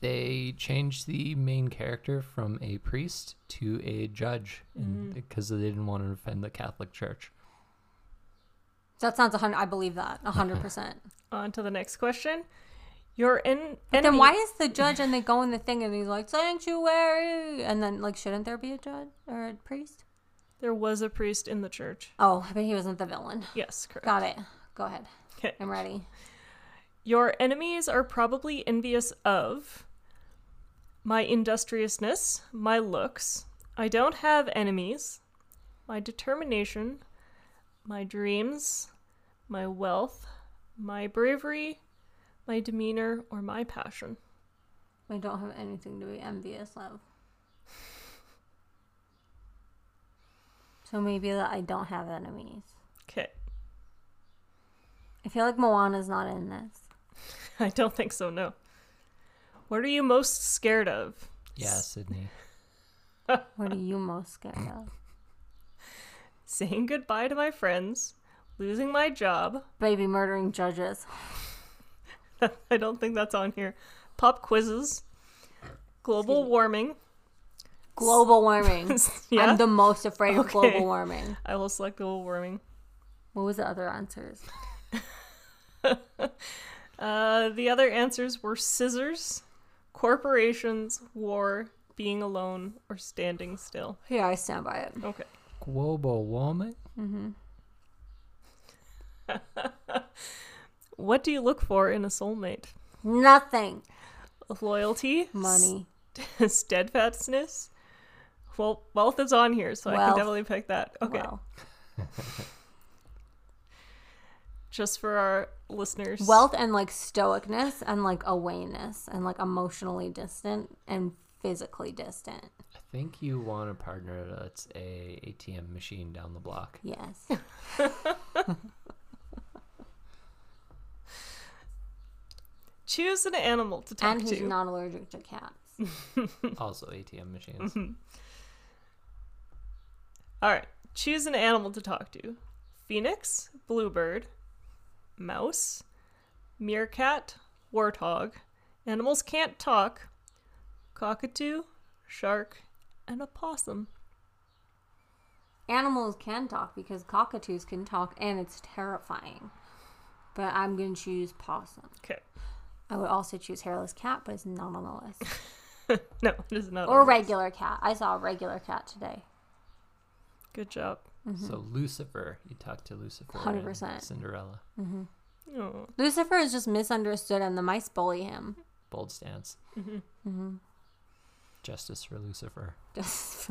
Speaker 1: They changed the main character from a priest to a judge because they didn't want to offend the Catholic Church.
Speaker 3: That sounds a hundred. I believe that a hundred percent.
Speaker 2: On to the next question. Your en-
Speaker 3: Then
Speaker 2: enemy-
Speaker 3: why is the judge and they go in the thing and he's like sanctuary and then like shouldn't there be a judge or a priest?
Speaker 2: there was a priest in the church?
Speaker 3: Oh, but he wasn't the villain.
Speaker 2: Yes, correct.
Speaker 3: Got it. Go ahead.
Speaker 2: Okay.
Speaker 3: I'm ready.
Speaker 2: Your enemies are probably envious of my industriousness, my looks. I don't have enemies. My determination, my dreams, my wealth, my bravery, my demeanor, or my passion.
Speaker 3: I don't have anything to be envious of. So maybe that I don't have enemies.
Speaker 2: Okay.
Speaker 3: I feel like Moana's not in this.
Speaker 2: I don't think so, no. What are you most scared of?
Speaker 1: Yeah, Sydney.
Speaker 3: What are you most scared of?
Speaker 2: Saying goodbye to my friends, losing my job.
Speaker 3: Baby murdering judges.
Speaker 2: I don't think that's on here. Pop quizzes, global warming.
Speaker 3: Global warming.
Speaker 2: yeah,
Speaker 3: I'm the most afraid of
Speaker 2: Okay.
Speaker 3: global warming.
Speaker 2: I will select global warming.
Speaker 3: What was the other answers?
Speaker 2: Uh, the other answers were scissors, corporations, war, being alone, or standing still.
Speaker 3: Yeah, I stand by it.
Speaker 2: Okay.
Speaker 1: Global woman.
Speaker 2: What do you look for in a soulmate?
Speaker 3: Nothing.
Speaker 2: Loyalty,
Speaker 3: Money.
Speaker 2: steadfastness. Well, wealth is on here, so I
Speaker 3: Wealth.
Speaker 2: can definitely pick that. Okay.
Speaker 3: Well.
Speaker 2: Just for our listeners.
Speaker 3: Wealth and like stoicness and like awayness and like emotionally distant and physically distant.
Speaker 1: I think you want a partner that's a ATM machine down the block.
Speaker 3: Yes.
Speaker 2: Choose an animal to talk
Speaker 3: and who's
Speaker 2: to.
Speaker 3: not allergic to cats.
Speaker 1: also ATM machines.
Speaker 2: All right. Choose an animal to talk to phoenix, bluebird, mouse, meerkat, warthog. Animals can't talk. Cockatoo, shark, and a possum.
Speaker 3: Animals can talk because cockatoos can talk and it's terrifying. But I'm going to choose possum.
Speaker 2: Okay.
Speaker 3: I would also choose hairless cat, but it's not on the list.
Speaker 2: No, it is not.
Speaker 3: Or
Speaker 2: on there.
Speaker 3: regular cat. I saw a regular cat today.
Speaker 2: Good job.
Speaker 1: So Lucifer, you talk to Lucifer. in
Speaker 3: 100%.
Speaker 1: Cinderella.
Speaker 2: Oh.
Speaker 3: Lucifer is just misunderstood and the mice bully him.
Speaker 1: Bold stance.
Speaker 2: Mm-hmm.
Speaker 1: Justice for Lucifer.
Speaker 3: Just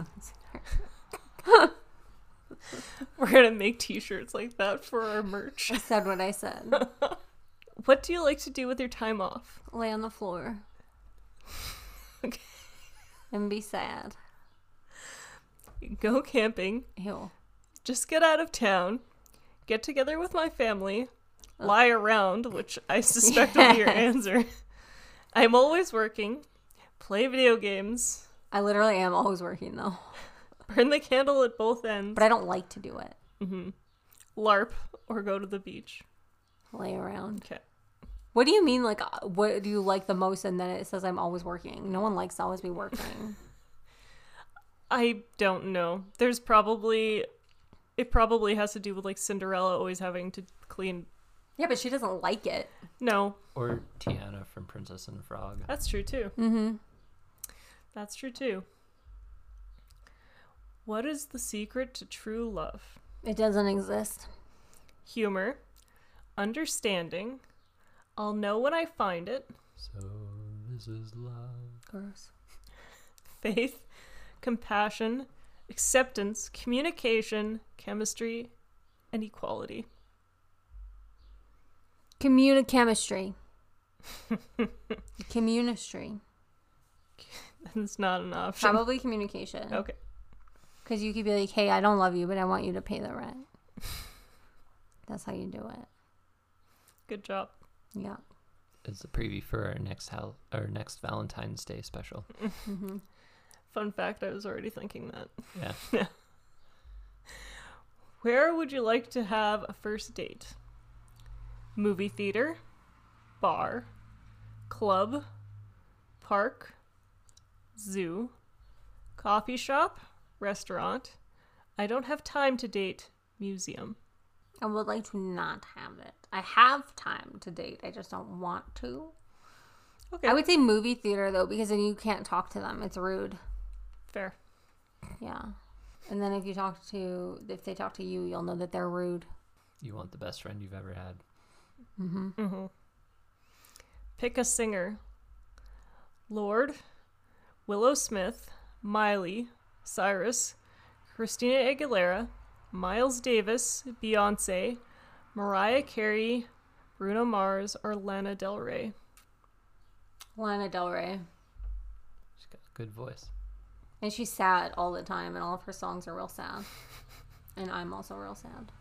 Speaker 2: We're gonna make T-shirts like that for our merch.
Speaker 3: I said what I said.
Speaker 2: What do you like to do with your time off?
Speaker 3: Lay on the floor.
Speaker 2: Okay.
Speaker 3: And be sad.
Speaker 2: Go camping.
Speaker 3: Ew.
Speaker 2: Just get out of town. Get together with my family. Lie around, which I suspect will be your answer. I'm always working. Play video games.
Speaker 3: I literally am always working though,
Speaker 2: Burn the candle at both ends.
Speaker 3: but I don't like to do it.
Speaker 2: LARP or go to the beach.
Speaker 3: Lay around.
Speaker 2: Okay.
Speaker 3: What do you mean? Like, uh, what do you like the most? And then it says I'm always working. No one likes to always be working.
Speaker 2: I don't know. There's probably it probably has to do with like Cinderella always having to clean.
Speaker 3: yeah, but she doesn't like it.
Speaker 2: No,
Speaker 1: Or Tiana from Princess and the Frog.
Speaker 2: That's true too. Mm-hmm. That's true too. What is the secret to true love?
Speaker 3: It doesn't exist.
Speaker 2: Humor, understanding. I'll know when I find it.
Speaker 1: So this is love.
Speaker 3: Gross.
Speaker 2: Faith, compassion, acceptance, communication, chemistry, and equality.
Speaker 3: Communi- chemistry. Communistry.
Speaker 2: That's not an option.
Speaker 3: Probably communication.
Speaker 2: Okay.
Speaker 3: Because you could be like, hey, I don't love you, but I want you to pay the rent. That's how you do it.
Speaker 2: Good job.
Speaker 3: Yeah.
Speaker 1: It's a preview for our next hal- our next Valentine's Day special.
Speaker 2: Fun fact, I was already thinking that.
Speaker 1: Yeah.
Speaker 2: Where would you like to have a first date? Movie theater, bar, club, park, zoo, coffee shop, restaurant. I don't have time to date, museum.
Speaker 3: I would like to not have it. I have time to date. I just don't want to.
Speaker 2: Okay,
Speaker 3: I would say movie theater though, because then you can't talk to them. It's rude.
Speaker 2: fair.
Speaker 3: Yeah. And then if you talk to if they talk to you, you'll know that they're rude.
Speaker 1: You want the best friend you've ever had.
Speaker 2: Pick a singer. Lord, Willow Smith, Miley, Cyrus, Christina Aguilera, Miles Davis, Beyonce, Mariah Carey, Bruno Mars, or Lana Del Rey?
Speaker 3: Lana Del Rey.
Speaker 1: She's got a good voice.
Speaker 3: And she's sad all the time, and all of her songs are real sad. And I'm also real sad.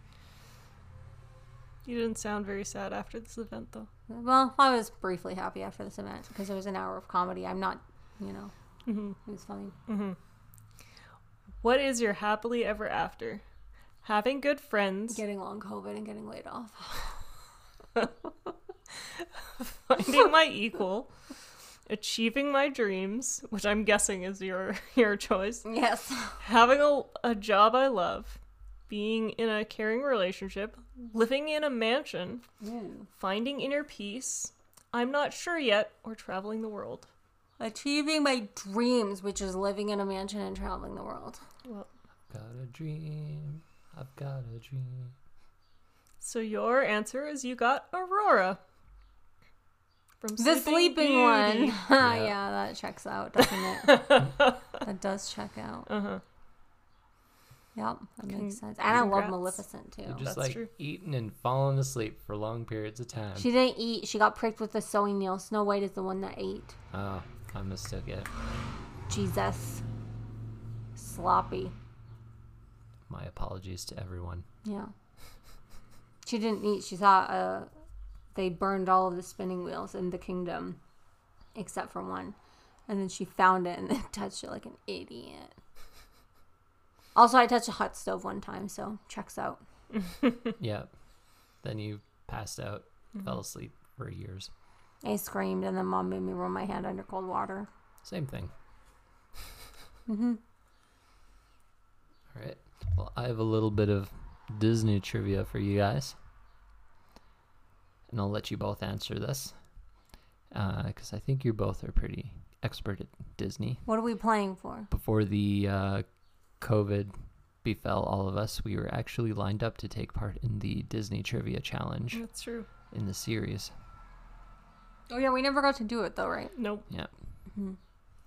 Speaker 2: You didn't sound very sad after this event, though.
Speaker 3: Well, I was briefly happy after this event because it was an hour of comedy. I'm not, you know, it was funny.
Speaker 2: What is your happily ever after? Having good friends,
Speaker 3: Getting long COVID and getting laid off.
Speaker 2: finding my equal, achieving my dreams, which I'm guessing is your your choice,
Speaker 3: Yes.
Speaker 2: having a, a job I love, being in a caring relationship, living in a mansion, finding inner peace, I'm not sure yet, or traveling the world.
Speaker 3: Achieving my dreams, which is living in a mansion and traveling the world.
Speaker 1: Got a dream. I've got a dream.
Speaker 2: So your answer is you got Aurora. From
Speaker 3: The sleeping one.
Speaker 2: Beauty.
Speaker 3: yeah. that checks out, doesn't it? that does check out.
Speaker 2: Uh-huh.
Speaker 3: Yep, that makes sense. And I love
Speaker 2: congrats.
Speaker 3: Maleficent too.
Speaker 1: You're just
Speaker 2: that's
Speaker 1: like
Speaker 2: true.
Speaker 1: eating and falling asleep for long periods of time.
Speaker 3: She didn't eat. She got pricked with a sewing needle. Snow White is the one that ate.
Speaker 1: oh, I mistook it.
Speaker 3: Jesus. Sloppy.
Speaker 1: My apologies to everyone.
Speaker 3: Yeah. She didn't eat. She saw uh, they burned all of the spinning wheels in the kingdom, except for one. And then she found it and then touched it like an idiot. Also, I touched a hot stove one time, so checks out.
Speaker 1: yep. Then you passed out,
Speaker 2: Mm-hmm.
Speaker 1: fell asleep for years.
Speaker 3: I screamed, and then mom made me roll my hand under cold water.
Speaker 1: Same thing. All right. Well, I have a little bit of Disney trivia for you guys. And I'll let you both answer this. Because I think you both are pretty expert at Disney.
Speaker 3: What are we playing for?
Speaker 1: Before the uh, COVID befell all of us, we were actually lined up to take part in the Disney Trivia Challenge
Speaker 2: That's true.
Speaker 1: in the series.
Speaker 3: Oh, yeah, we never got to do it, though, right?
Speaker 2: Nope.
Speaker 1: Yeah.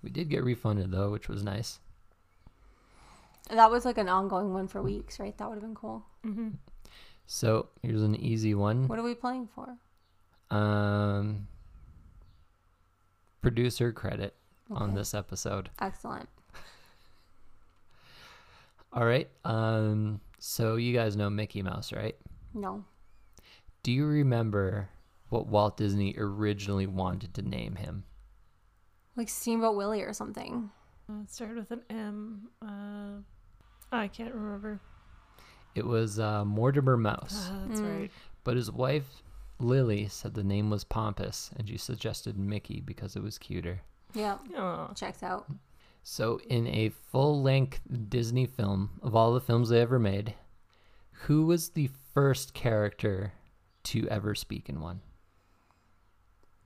Speaker 1: We did get refunded, though, which was nice.
Speaker 3: That was like an ongoing one for weeks, right? That would have been cool.
Speaker 1: So here's an easy one.
Speaker 3: What are we playing for?
Speaker 1: um, producer credit on
Speaker 3: Okay.
Speaker 1: this episode.
Speaker 3: Excellent.
Speaker 1: All right. Um, so you guys know Mickey Mouse, right?
Speaker 3: No.
Speaker 1: Do you remember what Walt Disney originally wanted to name him?
Speaker 3: Like Steamboat Willie or something.
Speaker 2: Uh, it started with an M. Uh, I can't remember.
Speaker 1: It was uh, Mortimer Mouse,
Speaker 2: Ah, that's right.
Speaker 1: but his wife Lily said the name was pompous, and she suggested Mickey because it was cuter.
Speaker 3: Yep.
Speaker 2: Aw.
Speaker 3: Checks out.
Speaker 1: So, in a full length Disney film, of all the films they ever made, who was the first character to ever speak in one?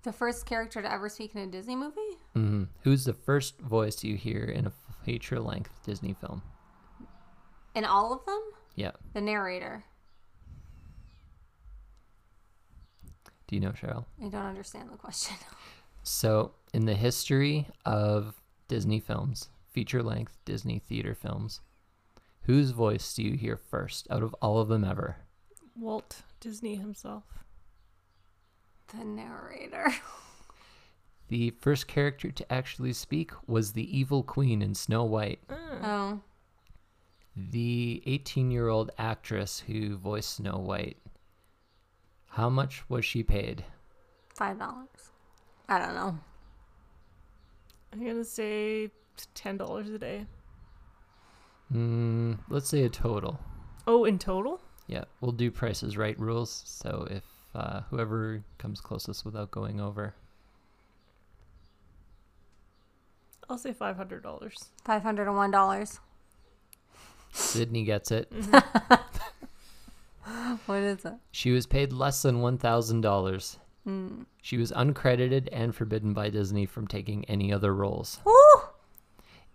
Speaker 3: The first character to ever speak in a Disney movie?
Speaker 1: hmm Who's the first voice you hear in a feature length Disney film?
Speaker 3: In all of them?
Speaker 1: Yeah.
Speaker 3: The narrator.
Speaker 1: Do you know, Cheryl?
Speaker 3: I don't understand the question.
Speaker 1: So, in the history of Disney films, feature length Disney theater films, whose voice do you hear first out of all of them ever?
Speaker 2: Walt Disney himself.
Speaker 3: The narrator.
Speaker 1: The first character to actually speak was the evil queen in Snow White.
Speaker 3: Oh.
Speaker 1: the 18 year old actress who voiced Snow White, how much was she paid?
Speaker 3: Five dollars. I don't know.
Speaker 2: I'm going to say $10 a day.
Speaker 1: Mm, let's say a total.
Speaker 2: Oh, in total?
Speaker 1: Yeah, we'll do prices right rules. So if uh, whoever comes closest without going over,
Speaker 2: I'll say $500.
Speaker 3: Five hundred and one dollars.
Speaker 1: Sydney gets it.
Speaker 3: What is it?
Speaker 1: She was paid less than $1,000. She was uncredited and forbidden by Disney from taking any other roles.
Speaker 3: Woo!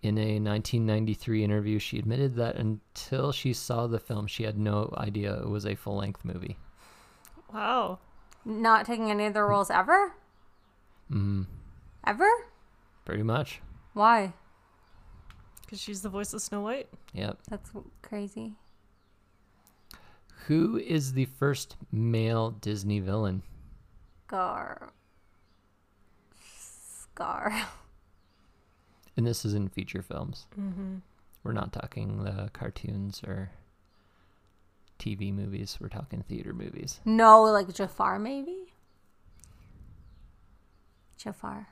Speaker 1: In a 1993 interview, she admitted that until she saw the film, she had no idea it was a full length movie.
Speaker 2: Wow.
Speaker 3: Not taking any of the roles ever? Mm. Ever?
Speaker 1: Pretty much.
Speaker 3: Why?
Speaker 2: Because she's the voice of Snow White.
Speaker 1: Yep.
Speaker 3: That's crazy.
Speaker 1: Who is the first male Disney villain?
Speaker 3: Scar. Scar.
Speaker 1: And this is in feature films. Mm-hmm. We're not talking the cartoons or TV movies. We're talking theater movies.
Speaker 3: No, like Jafar, maybe? Jafar.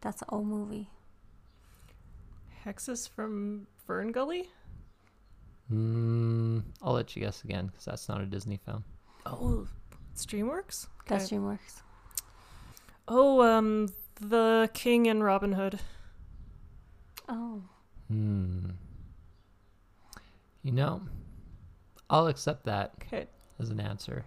Speaker 3: That's an old movie.
Speaker 2: Hexus from Fern Gully?
Speaker 1: Mm, I'll let you guess again because that's not a Disney film.
Speaker 2: Oh, it's DreamWorks?
Speaker 3: That's
Speaker 2: Okay.
Speaker 3: DreamWorks.
Speaker 2: Oh, um, The King and Robin Hood.
Speaker 3: Oh.
Speaker 1: Hmm. You know, I'll accept that
Speaker 2: Okay.
Speaker 1: as an answer.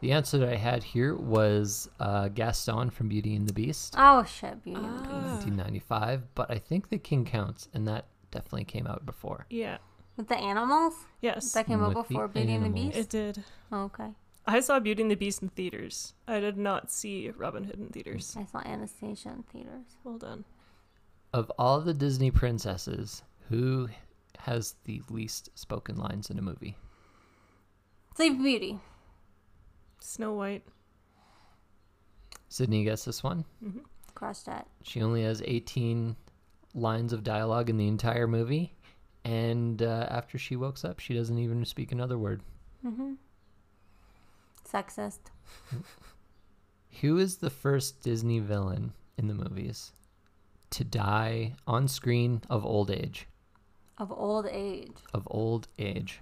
Speaker 1: The answer that I had here was uh, Gaston from Beauty and the Beast,
Speaker 3: Oh, shit. Beauty
Speaker 2: Ah.
Speaker 3: and the Beast.
Speaker 1: 1995. But I think The King counts, and that definitely came out before.
Speaker 2: Yeah.
Speaker 3: With the animals?
Speaker 2: Yes.
Speaker 3: That came out
Speaker 1: With the
Speaker 3: before Beauty and the
Speaker 1: animals.
Speaker 3: Beast?
Speaker 2: It did.
Speaker 3: okay.
Speaker 2: I saw Beauty and the Beast in theaters. I did not see Robin Hood in theaters.
Speaker 3: I saw Anastasia in theaters.
Speaker 2: Well done.
Speaker 1: Of all the Disney princesses, who has the least spoken lines in a movie?
Speaker 3: Sleeping Beauty.
Speaker 2: Snow White.
Speaker 1: Sydney, guess this one.
Speaker 3: Crushed it.
Speaker 1: She only has 18 lines of dialogue in the entire movie. And uh, after she wakes up, she doesn't even speak another word.
Speaker 3: Sexist.
Speaker 1: Who is the first Disney villain in the movies to die on screen of old age?
Speaker 3: Of old age.
Speaker 1: Of old age.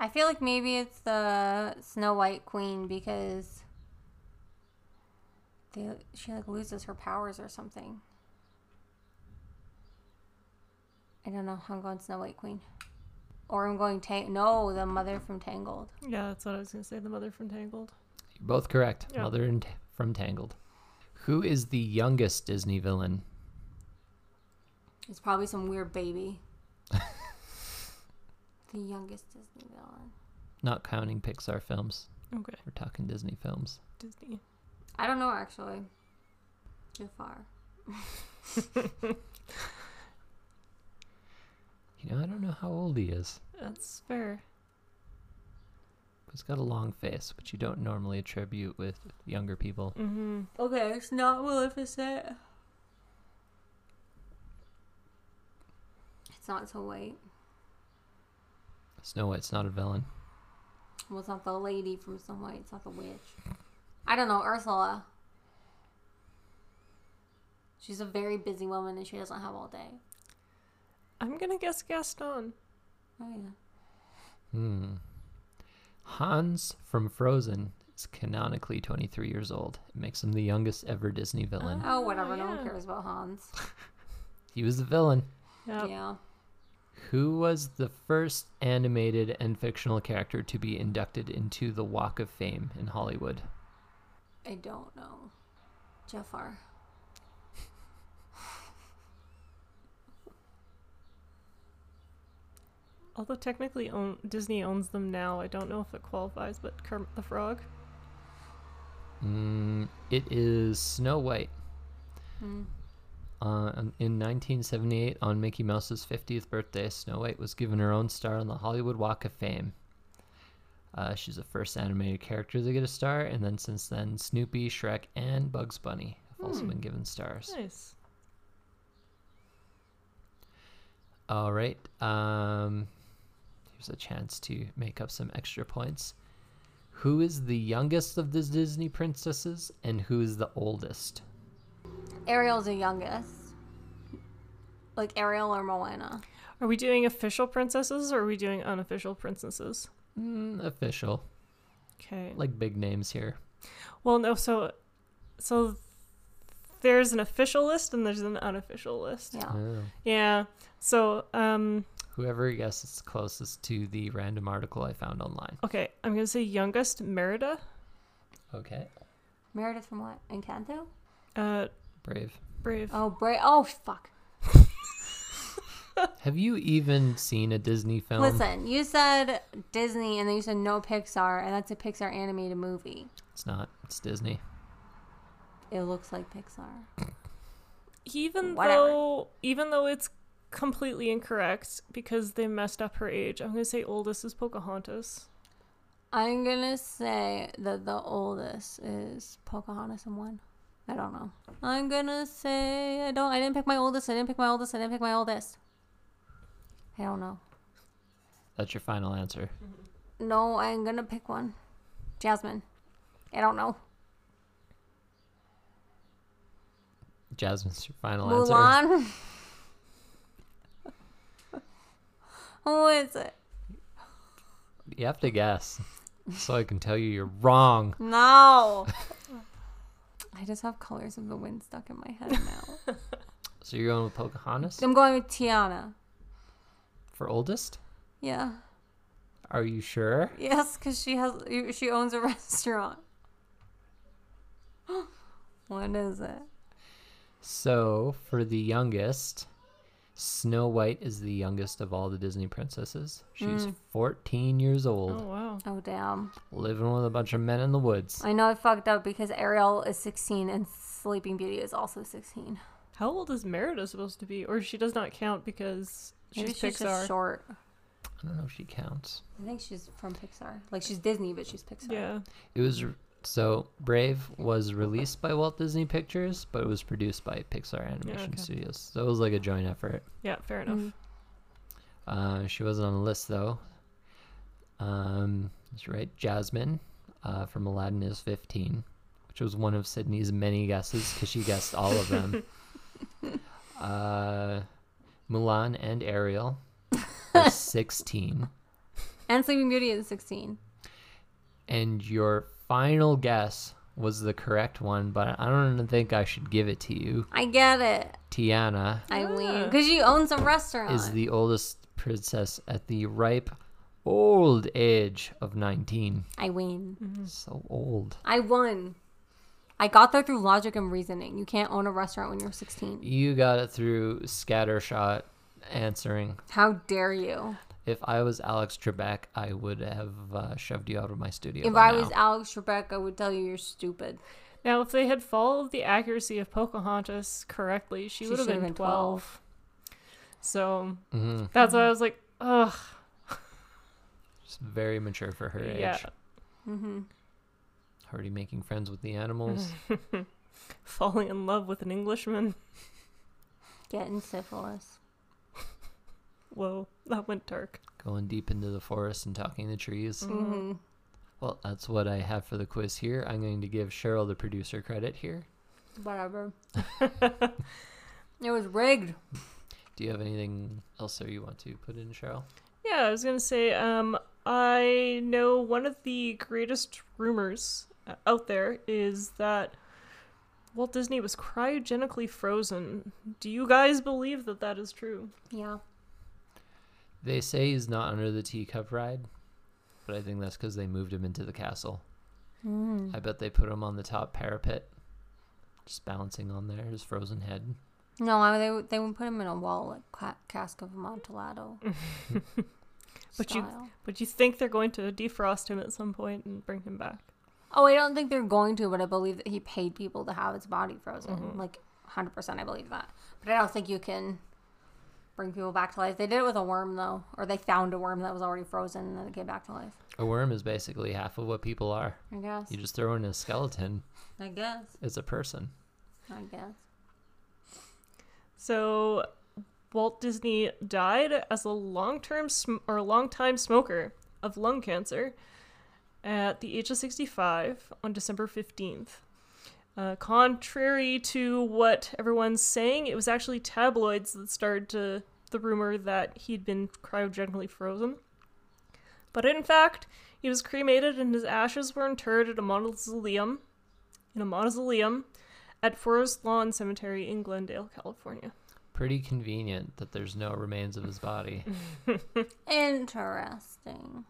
Speaker 3: I feel like maybe it's the Snow White Queen because they, she like loses her powers or something. I don't know. I'm going Snow White Queen, or I'm going Tang. No, the mother from Tangled.
Speaker 2: Yeah, that's what I was going to say. The mother from Tangled.
Speaker 1: You're both correct.
Speaker 2: Yeah.
Speaker 1: Mother and from Tangled. Who is the youngest Disney villain?
Speaker 3: It's probably some weird baby. the youngest Disney villain.
Speaker 1: Not counting Pixar films.
Speaker 2: Okay.
Speaker 1: We're talking Disney films.
Speaker 2: Disney.
Speaker 3: I don't know actually. Jafar.
Speaker 1: You know, I don't know how old he is.
Speaker 2: That's fair.
Speaker 1: He's got a long face, which you don't normally attribute with younger people.
Speaker 2: Mm-hmm.
Speaker 3: Okay, it's not Maleficent. It's not so white.
Speaker 1: Snow White's not a villain.
Speaker 3: Well, it's not the lady from Snow White. It's not the witch. I don't know, Ursula. She's a very busy woman and she doesn't have all day.
Speaker 2: I'm going to guess Gaston.
Speaker 3: Oh, yeah.
Speaker 1: Hmm. Hans from Frozen is canonically 23 years old. It makes him the youngest ever Disney villain.
Speaker 3: Oh, whatever. No
Speaker 2: yeah.
Speaker 3: one cares about Hans.
Speaker 1: He was the villain.
Speaker 2: Yep.
Speaker 3: Yeah.
Speaker 1: Who was the first animated and fictional character to be inducted into the Walk of Fame in Hollywood?
Speaker 3: I don't know. Jafar.
Speaker 2: Although technically own- Disney owns them now. I don't know if it qualifies, but Kermit the Frog.
Speaker 1: Mm, it is Snow White. Uh, in 1978, on Mickey Mouse's 50th birthday, Snow White was given her own star on the Hollywood Walk of Fame. Uh, she's the first animated character to get a star, and then since then, Snoopy, Shrek, and Bugs Bunny have also been given stars.
Speaker 2: Nice.
Speaker 1: All right. Um, here's a chance to make up some extra points. Who is the youngest of the Disney princesses, and who is the oldest?
Speaker 3: Ariel's the youngest. Like Ariel or Moana.
Speaker 2: Are we doing official princesses or are we doing unofficial princesses?
Speaker 1: Mm, official,
Speaker 2: Okay.
Speaker 1: like big names here.
Speaker 2: Well, no, so so there's an official list and there's an unofficial list.
Speaker 3: Yeah.
Speaker 1: Oh.
Speaker 2: Yeah. So, um
Speaker 1: Whoever guesses closest to the random article I found online.
Speaker 2: okay, I'm going to say youngest Merida.
Speaker 1: Okay.
Speaker 3: Meredith from what? Encanto?
Speaker 2: Uh
Speaker 1: Brave.
Speaker 2: Brave.
Speaker 3: Oh, Bra- Oh, fuck.
Speaker 1: Have you even seen a Disney film?
Speaker 3: Listen, you said Disney and then you said no Pixar, and that's a Pixar animated movie.
Speaker 1: It's not. It's Disney.
Speaker 3: It looks like Pixar.
Speaker 2: even
Speaker 3: whatever.
Speaker 2: though even though it's completely incorrect because they messed up her age. I'm gonna say oldest is Pocahontas.
Speaker 3: I'm gonna say that the oldest is Pocahontas and one. I don't know. I'm gonna say I don't. I didn't pick my oldest. I didn't pick my oldest. I didn't pick my oldest. I don't know.
Speaker 1: That's your final answer.
Speaker 3: No, I'm gonna pick one. Jasmine. I don't know.
Speaker 1: Jasmine's your final answer.
Speaker 3: Mulan. Who is it?
Speaker 1: You have to guess. So I can tell you you're wrong.
Speaker 3: No. I just have colors of the wind stuck in my head now.
Speaker 1: So you're going with Pocahontas
Speaker 3: I'm going with Tiana.
Speaker 1: for oldest?
Speaker 3: Yeah.
Speaker 1: Are you sure?
Speaker 3: Yes, because she has she owns a restaurant. what is it?
Speaker 1: So for the youngest, Snow White is the youngest of all the Disney princesses. She's 14 years
Speaker 2: Hmm. Oh
Speaker 1: old,
Speaker 2: wow.
Speaker 3: Oh damn!
Speaker 1: living with a bunch of men in the woods.
Speaker 3: I know I fucked up because Ariel is 16 and Sleeping Beauty is also 16.
Speaker 2: How old is Merida supposed to be? Or she does not count because she's
Speaker 3: Maybe she's, just
Speaker 2: Pixar.
Speaker 3: short.
Speaker 1: I don't know if she counts.
Speaker 3: I think she's from Pixar. Like she's Disney, but she's Pixar.
Speaker 2: yeah.
Speaker 1: It was so Brave was
Speaker 2: Oh.
Speaker 1: released by Walt Disney Pictures, but it was produced by Pixar Animation
Speaker 2: okay.
Speaker 1: Studios. So it was like a joint effort.
Speaker 2: Yeah, fair
Speaker 3: Mm.
Speaker 2: enough.
Speaker 1: Uh, she wasn't on the list though. Um, that's right. Jasmine uh, from Aladdin is 15, which was one of Sydney's many guesses because she guessed all of them. uh, Mulan and Ariel are 16.
Speaker 3: And Sleeping Beauty is 16.
Speaker 1: And your final guess was the correct one, but I don't even think I should give it to you.
Speaker 3: I get it,
Speaker 1: Tiana
Speaker 3: Eileen,
Speaker 2: Ah.
Speaker 3: because she owns a restaurant.
Speaker 1: is the oldest princess at the ripe old age of 19.
Speaker 3: I win.
Speaker 1: So old.
Speaker 3: I won. I got there through logic and reasoning. You can't own a restaurant when you're 16.
Speaker 1: You got it through scattershot answering.
Speaker 3: How dare you?
Speaker 1: If I was Alex Trebek, I would have uh, shoved you out of my studio.
Speaker 3: If
Speaker 1: by
Speaker 3: I was
Speaker 1: now.
Speaker 3: Alex Trebek, I would tell you you're stupid.
Speaker 2: Now if they had followed the accuracy of Pocahontas correctly, she,
Speaker 3: She
Speaker 2: would have
Speaker 3: should've
Speaker 2: been,
Speaker 3: been
Speaker 2: 12. So
Speaker 1: Mhm.
Speaker 2: that's
Speaker 3: Hmm.
Speaker 2: why I was like, ugh.
Speaker 1: Just very mature for her
Speaker 2: Yeah.
Speaker 1: age,
Speaker 3: Mm-hmm.
Speaker 1: already making friends with the animals.
Speaker 2: Falling in love with an Englishman.
Speaker 3: Getting syphilis.
Speaker 2: Whoa, that went dark.
Speaker 1: going deep into the forest and talking to trees.
Speaker 3: Mm-hmm.
Speaker 1: Well, that's what I have for the quiz here. I'm going to give Cheryl, the producer, credit here.
Speaker 3: Mm-hmm. Whatever. it was rigged.
Speaker 1: Do you have anything else there you want to put in, Cheryl?
Speaker 2: Yeah, I was gonna say, um, I know one of the greatest rumors uh, out there is that Walt Disney was cryogenically frozen. Do you guys believe that that is true?
Speaker 3: Yeah.
Speaker 1: They say he's not under the teacup ride, but I think that's because they moved him into the castle. I bet they put him on the top parapet, just balancing on there, his frozen head.
Speaker 3: No, I, they would- they would put him in a wall like ca- cask of Amontillado.
Speaker 2: But you-
Speaker 3: style.
Speaker 2: But you think they're going to defrost him at some point and bring him back?
Speaker 3: Oh, I don't think they're going to, but I believe that he paid people to have his body frozen. Like, 100%, I believe that. But I don't think you can bring people back to life. They did it with a worm, though. Or they found a worm that was already frozen and then it came back to life.
Speaker 1: A worm is basically half of what people are.
Speaker 3: I guess.
Speaker 1: You just throw in a skeleton,
Speaker 3: I guess.
Speaker 1: it's a person.
Speaker 3: I guess.
Speaker 2: So Walt Disney died as a long-term sm- or long-time smoker of lung cancer at the age of 65 on December 15th. Uh, contrary to what everyone's saying, it was actually tabloids that started to the rumor that he'd been cryogenically frozen. But in fact, he was cremated and his ashes were interred at a mausoleum in a mausoleum at Forest Lawn Cemetery in Glendale, California.
Speaker 1: Pretty convenient that there's no remains of his body.
Speaker 3: Interesting.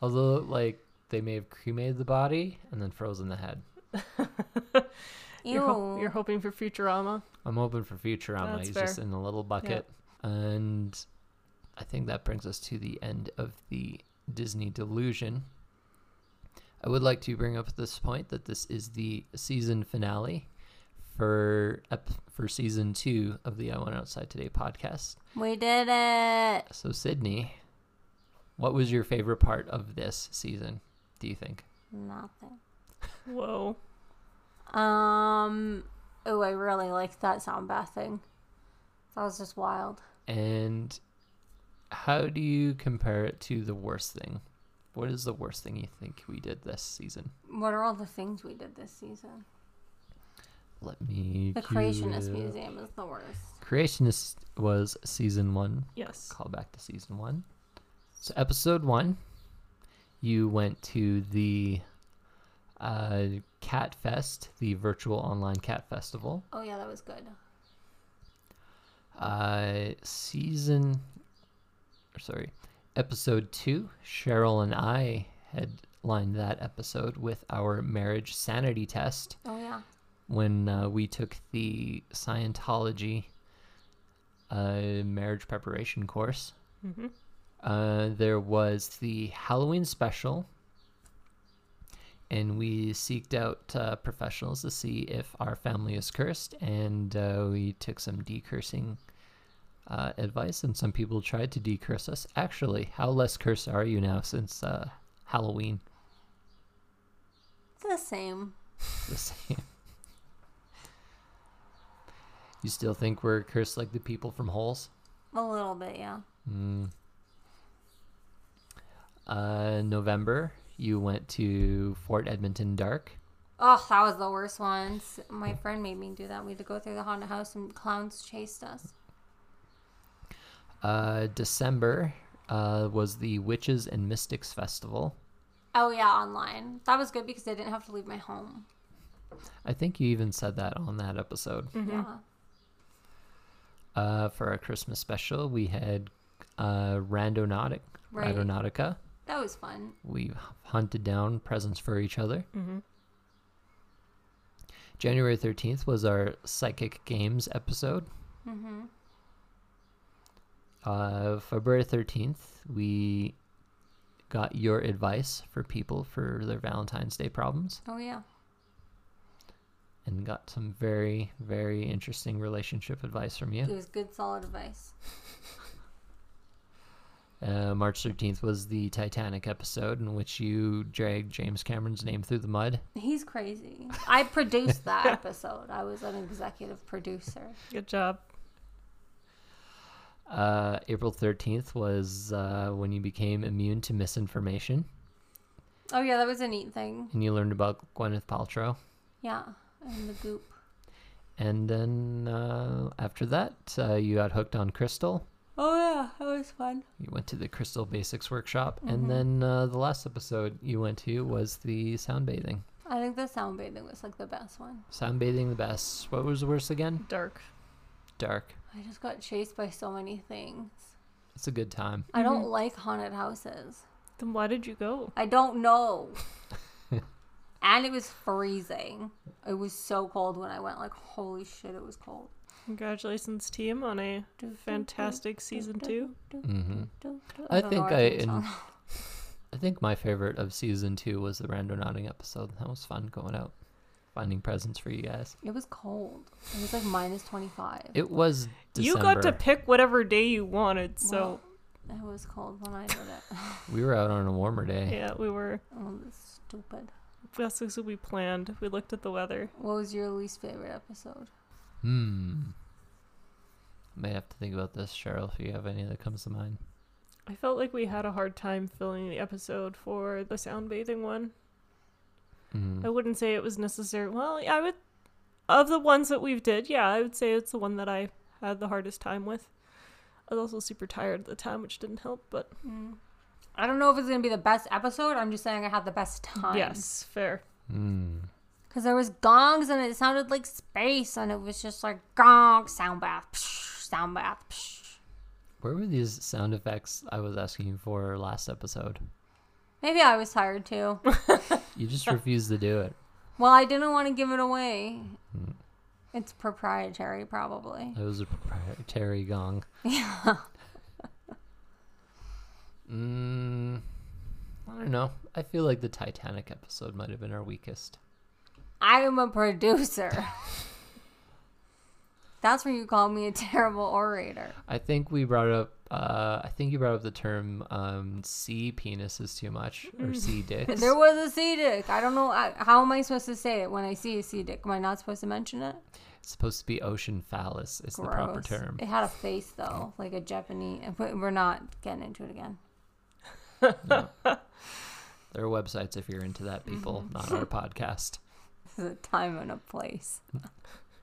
Speaker 1: Although, like, they may have cremated the body and then frozen the head.
Speaker 3: Ew.
Speaker 2: You're, ho- you're hoping for Futurama.
Speaker 1: I'm hoping for Futurama.
Speaker 2: That's
Speaker 1: He's just
Speaker 2: fair.
Speaker 1: in a little bucket. And I think that brings us to the end of the Disney delusion. I would like to bring up at this point that this is the season finale for ep- for season two of the I Went Outside Today podcast.
Speaker 3: We did it.
Speaker 1: So Sydney, what was your favorite part of this season? Do you think?
Speaker 3: Nothing.
Speaker 2: Whoa.
Speaker 3: Um. Oh, I really liked that sound bath thing. That was just wild.
Speaker 1: And how do you compare it to the worst thing? What is the worst thing you think we did this season?
Speaker 3: What are all the things we did this season?
Speaker 1: Let me.
Speaker 3: The
Speaker 1: cue
Speaker 3: Creationist
Speaker 1: it up.
Speaker 3: Museum is the worst.
Speaker 1: Creationist was season one.
Speaker 2: Yes.
Speaker 1: Call back to season one. So episode one, you went to the uh, Cat Fest, the virtual online cat festival.
Speaker 3: Oh yeah, that was good.
Speaker 1: Uh, season, or sorry, episode two. Cheryl and I headlined that episode with our marriage sanity test
Speaker 3: Oh yeah.
Speaker 1: when uh, we took the Scientology uh, marriage preparation course.
Speaker 2: Mhm.
Speaker 1: Uh, there was the Halloween special, and we seeked out uh, professionals to see if our family is cursed, and uh, we took some decursing uh, advice, and some people tried to decurse us. Actually, how less cursed are you now since uh, Halloween?
Speaker 3: It's the same.
Speaker 1: the same. You still think we're cursed like the people from Holes?
Speaker 3: A little bit, yeah.
Speaker 1: Uh, November, you went to Fort Edmonton Dark.
Speaker 3: Oh, that was the worst ones. My friend made me do that. We had to go through the haunted house and clowns chased us.
Speaker 1: Uh, December uh, was the Witches and Mystics Festival.
Speaker 3: Oh yeah, online. That was good because I didn't have to leave my home.
Speaker 1: I think you even said that on that episode.
Speaker 3: Yeah.
Speaker 1: Uh, for our Christmas special, we had uh, Randonautic,
Speaker 3: Right.
Speaker 1: Randonautica.
Speaker 3: That was fun.
Speaker 1: we hunted down presents for each other. January 13th was our Psychic Games episode. Uh, February 13th, we got your advice for people for their Valentine's Day problems
Speaker 3: Oh yeah.
Speaker 1: and got some very, very interesting relationship advice from you.
Speaker 3: It was good solid advice.
Speaker 1: Uh, March 13th was the Titanic episode in which you dragged James Cameron's name through the mud.
Speaker 3: He's crazy. I produced that episode. I was an executive producer.
Speaker 2: Good job.
Speaker 1: Uh, April 13th was uh, when you became immune to misinformation
Speaker 3: Oh yeah, that was a neat thing.
Speaker 1: and you learned about Gwyneth Paltrow.
Speaker 3: Yeah. And the goop.
Speaker 1: And then uh, after that, uh, you got hooked on Crystal.
Speaker 3: Oh yeah, that was fun.
Speaker 1: You went to the Crystal Basics workshop.
Speaker 2: Mm-hmm.
Speaker 1: And then uh, the last episode you went to was the sound bathing.
Speaker 3: I think the sound bathing was like the best one.
Speaker 1: Sound bathing the best. What was the worst again?
Speaker 2: Dark.
Speaker 1: Dark.
Speaker 3: I just got chased by so many things.
Speaker 1: It's a good time.
Speaker 3: I don't like haunted houses.
Speaker 2: Then why did you go?
Speaker 3: I don't know. and it was freezing. It was so cold when I went. Like, holy shit, it was cold.
Speaker 2: Congratulations, team, on a fantastic season two. Mm-hmm.
Speaker 1: Mm. I,
Speaker 3: don't know
Speaker 1: think
Speaker 3: our
Speaker 1: I.
Speaker 3: theme
Speaker 1: And,
Speaker 3: song.
Speaker 1: I think my favorite of season two was the Randonauting episode. That was fun going out, finding presents for you guys.
Speaker 3: It was cold. It was like minus 25. It,
Speaker 1: It was December.
Speaker 2: You got to pick whatever day you wanted, so
Speaker 3: was cold when I did it.
Speaker 1: We were out on a warmer day.
Speaker 2: yeah, we were.
Speaker 3: oh, that's stupid.
Speaker 2: That's what we planned. We looked at the weather.
Speaker 3: What was your least favorite episode?
Speaker 1: Hmm. May have to think about this, Cheryl, if you have any that comes to mind.
Speaker 2: I felt like we had a hard time filling the episode for the sound bathing one.
Speaker 1: Mm.
Speaker 2: I wouldn't say it was necessary. Well, I would of the ones that we've did, yeah, I would say it's the one that I had the hardest time with. I was also super tired at the time, which didn't help, but
Speaker 3: I don't know if it's going to be the best episode. I'm just saying I had the best time.
Speaker 2: yes, fair.
Speaker 1: Mm.
Speaker 3: Because there was gongs and it sounded like space and it was just like gong, sound bath, psh, sound bath. Psh.
Speaker 1: Where were these sound effects I was asking you for last episode?
Speaker 3: Maybe I was tired too.
Speaker 1: You just refused to do it.
Speaker 3: well, I didn't want to give it away. It's proprietary, probably.
Speaker 1: It was a proprietary gong. Yeah. mm, I don't know. I feel like the Titanic episode might have been our weakest.
Speaker 3: I am a producer. That's where you called me a terrible orator.
Speaker 1: I think we brought up. Uh, I think you brought up the term um, "c penis" is too much or "c dicks."
Speaker 3: There was a sea dick. I don't know. I, how am I supposed to say it when I see a sea dick? Am I not supposed to mention it?
Speaker 1: It's supposed to be "ocean phallus" is the proper
Speaker 3: Gross. Eh.
Speaker 1: term.
Speaker 3: It had a face though, like a Japanese. But we're not getting into it again.
Speaker 1: There are websites if you're into that, people.
Speaker 3: Mm-hmm.
Speaker 1: Not our podcast.
Speaker 3: This is a time and a place.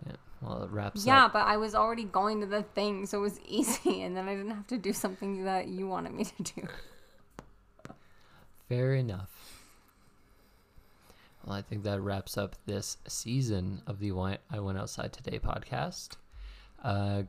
Speaker 1: Yeah. Well, it wraps
Speaker 3: Yeah,
Speaker 1: up.
Speaker 3: but I was already going to the thing, so it was easy, and then I didn't have to do something that you wanted me to do.
Speaker 1: Fair enough. Well, I think that wraps up this season of the Why I Went Outside Today podcast. Uh,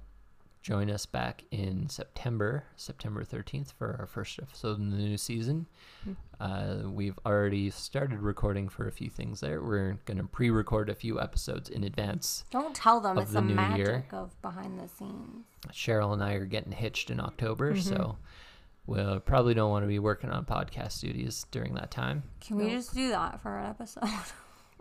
Speaker 1: join us back in September, September 13th, for our first episode in the new season.
Speaker 3: Mm.
Speaker 1: Uh, we've already started recording for a few things there. We're going to pre record a few episodes in advance.
Speaker 3: Don't tell them
Speaker 1: Of
Speaker 3: it's
Speaker 1: the
Speaker 3: the,
Speaker 1: new
Speaker 3: magic
Speaker 1: year.
Speaker 3: of behind the scenes.
Speaker 1: Cheryl and I are getting hitched in October, so
Speaker 2: Mm-hmm.
Speaker 1: we'll probably don't want to be working on podcast duties during that time.
Speaker 3: Can we just do that for an episode?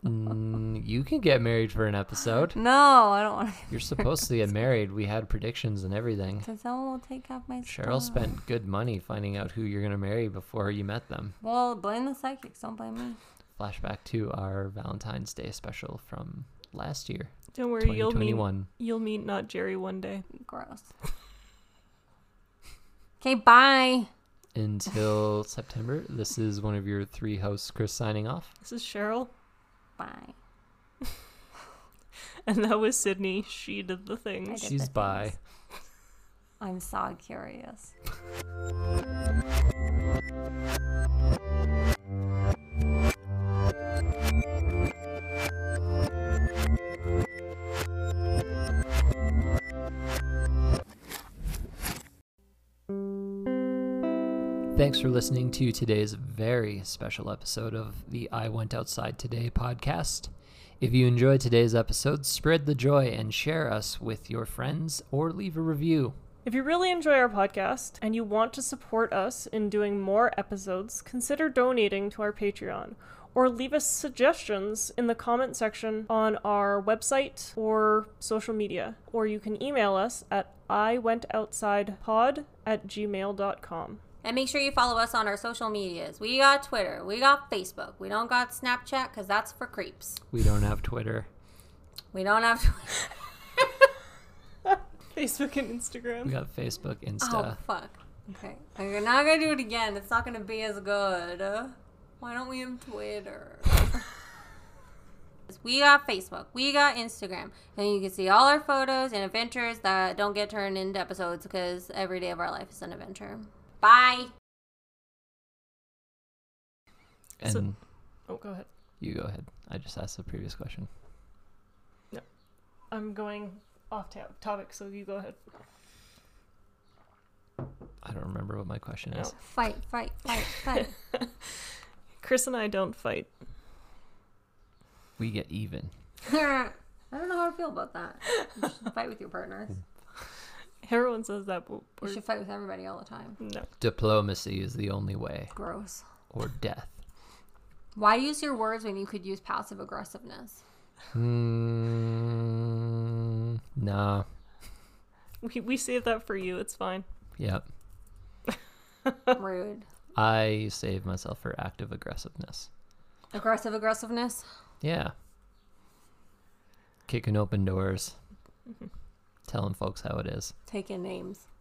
Speaker 1: Mm, you can get married for an episode.
Speaker 3: no, I don't want to.
Speaker 1: You're supposed to get maride We had predictions and everything.
Speaker 3: Because someone will take off my
Speaker 1: Cheryl
Speaker 3: stuff.
Speaker 1: spent good money finding out who you're going to marry before you met them.
Speaker 3: Well, blame the psychics. Don't blame me.
Speaker 1: Flashback to our Valentine's Day special from last year,
Speaker 2: Don't worry, you'll meet
Speaker 1: 2021.
Speaker 2: you'll meet not Jerry one day.
Speaker 3: Gross. Okay, bye.
Speaker 1: Until September, this is one of your three hosts, Chris, signing off.
Speaker 2: This is Cheryl,
Speaker 3: Bye.
Speaker 2: and that was Sydney. She did the
Speaker 3: I
Speaker 2: things.
Speaker 3: did
Speaker 1: She's
Speaker 3: the
Speaker 1: by.
Speaker 3: things. I'm so curious.
Speaker 1: Thanks for listening to today's very special episode of the I Went Outside Today podcast. If you enjoyed today's episode, spread the joy and share us with your friends or leave a review.
Speaker 2: If you really enjoy our podcast and you want to support us in doing more episodes, consider donating to our Patreon or leave us suggestions in the comment section on our website or social media. Or you can email us at iwentoutsidepod at gmail.com.
Speaker 3: And make sure you follow us on our social medias. We got Twitter. We got Facebook. We don't got Snapchat because that's for creeps.
Speaker 1: We don't have Twitter.
Speaker 3: We don't have.
Speaker 2: Facebook and
Speaker 1: We
Speaker 2: Instagram.
Speaker 1: got Facebook,
Speaker 3: oh
Speaker 1: Insta.
Speaker 3: fuck. Okay, I'm not gonna do it again. It's not gonna be as good. Why don't we have Twitter? we got Facebook. We got Instagram, and you can see all our photos and adventures that don't get turned into episodes because every day of our life is an adventure. Bye.
Speaker 1: and
Speaker 2: So- Oh, go ahead.
Speaker 1: you go ahead. I just asked the previous question.
Speaker 2: I'm going off ta- topic, so you go ahead.
Speaker 1: I don't remember what my question is.
Speaker 3: Fight, fight, fight, fight.
Speaker 2: Chris and I don't fight.
Speaker 1: We get even.
Speaker 3: I don't know how to feel about that. You should fight with your partners.
Speaker 2: Everyone says that, but
Speaker 3: You
Speaker 2: we're-
Speaker 3: should fight with everybody all the time.
Speaker 2: no.
Speaker 1: Diplomacy is the only way,
Speaker 3: Gross.
Speaker 1: or death.
Speaker 3: Why use your words when you could use passive aggressiveness?
Speaker 1: Mm, nah.
Speaker 2: We, we save that for you. It's fine.
Speaker 1: Yep.
Speaker 3: Rude.
Speaker 1: I save myself for active aggressiveness.
Speaker 3: Aggressive aggressiveness?
Speaker 1: Yeah. Kicking open doors. Telling folks how it is.
Speaker 3: Taking names.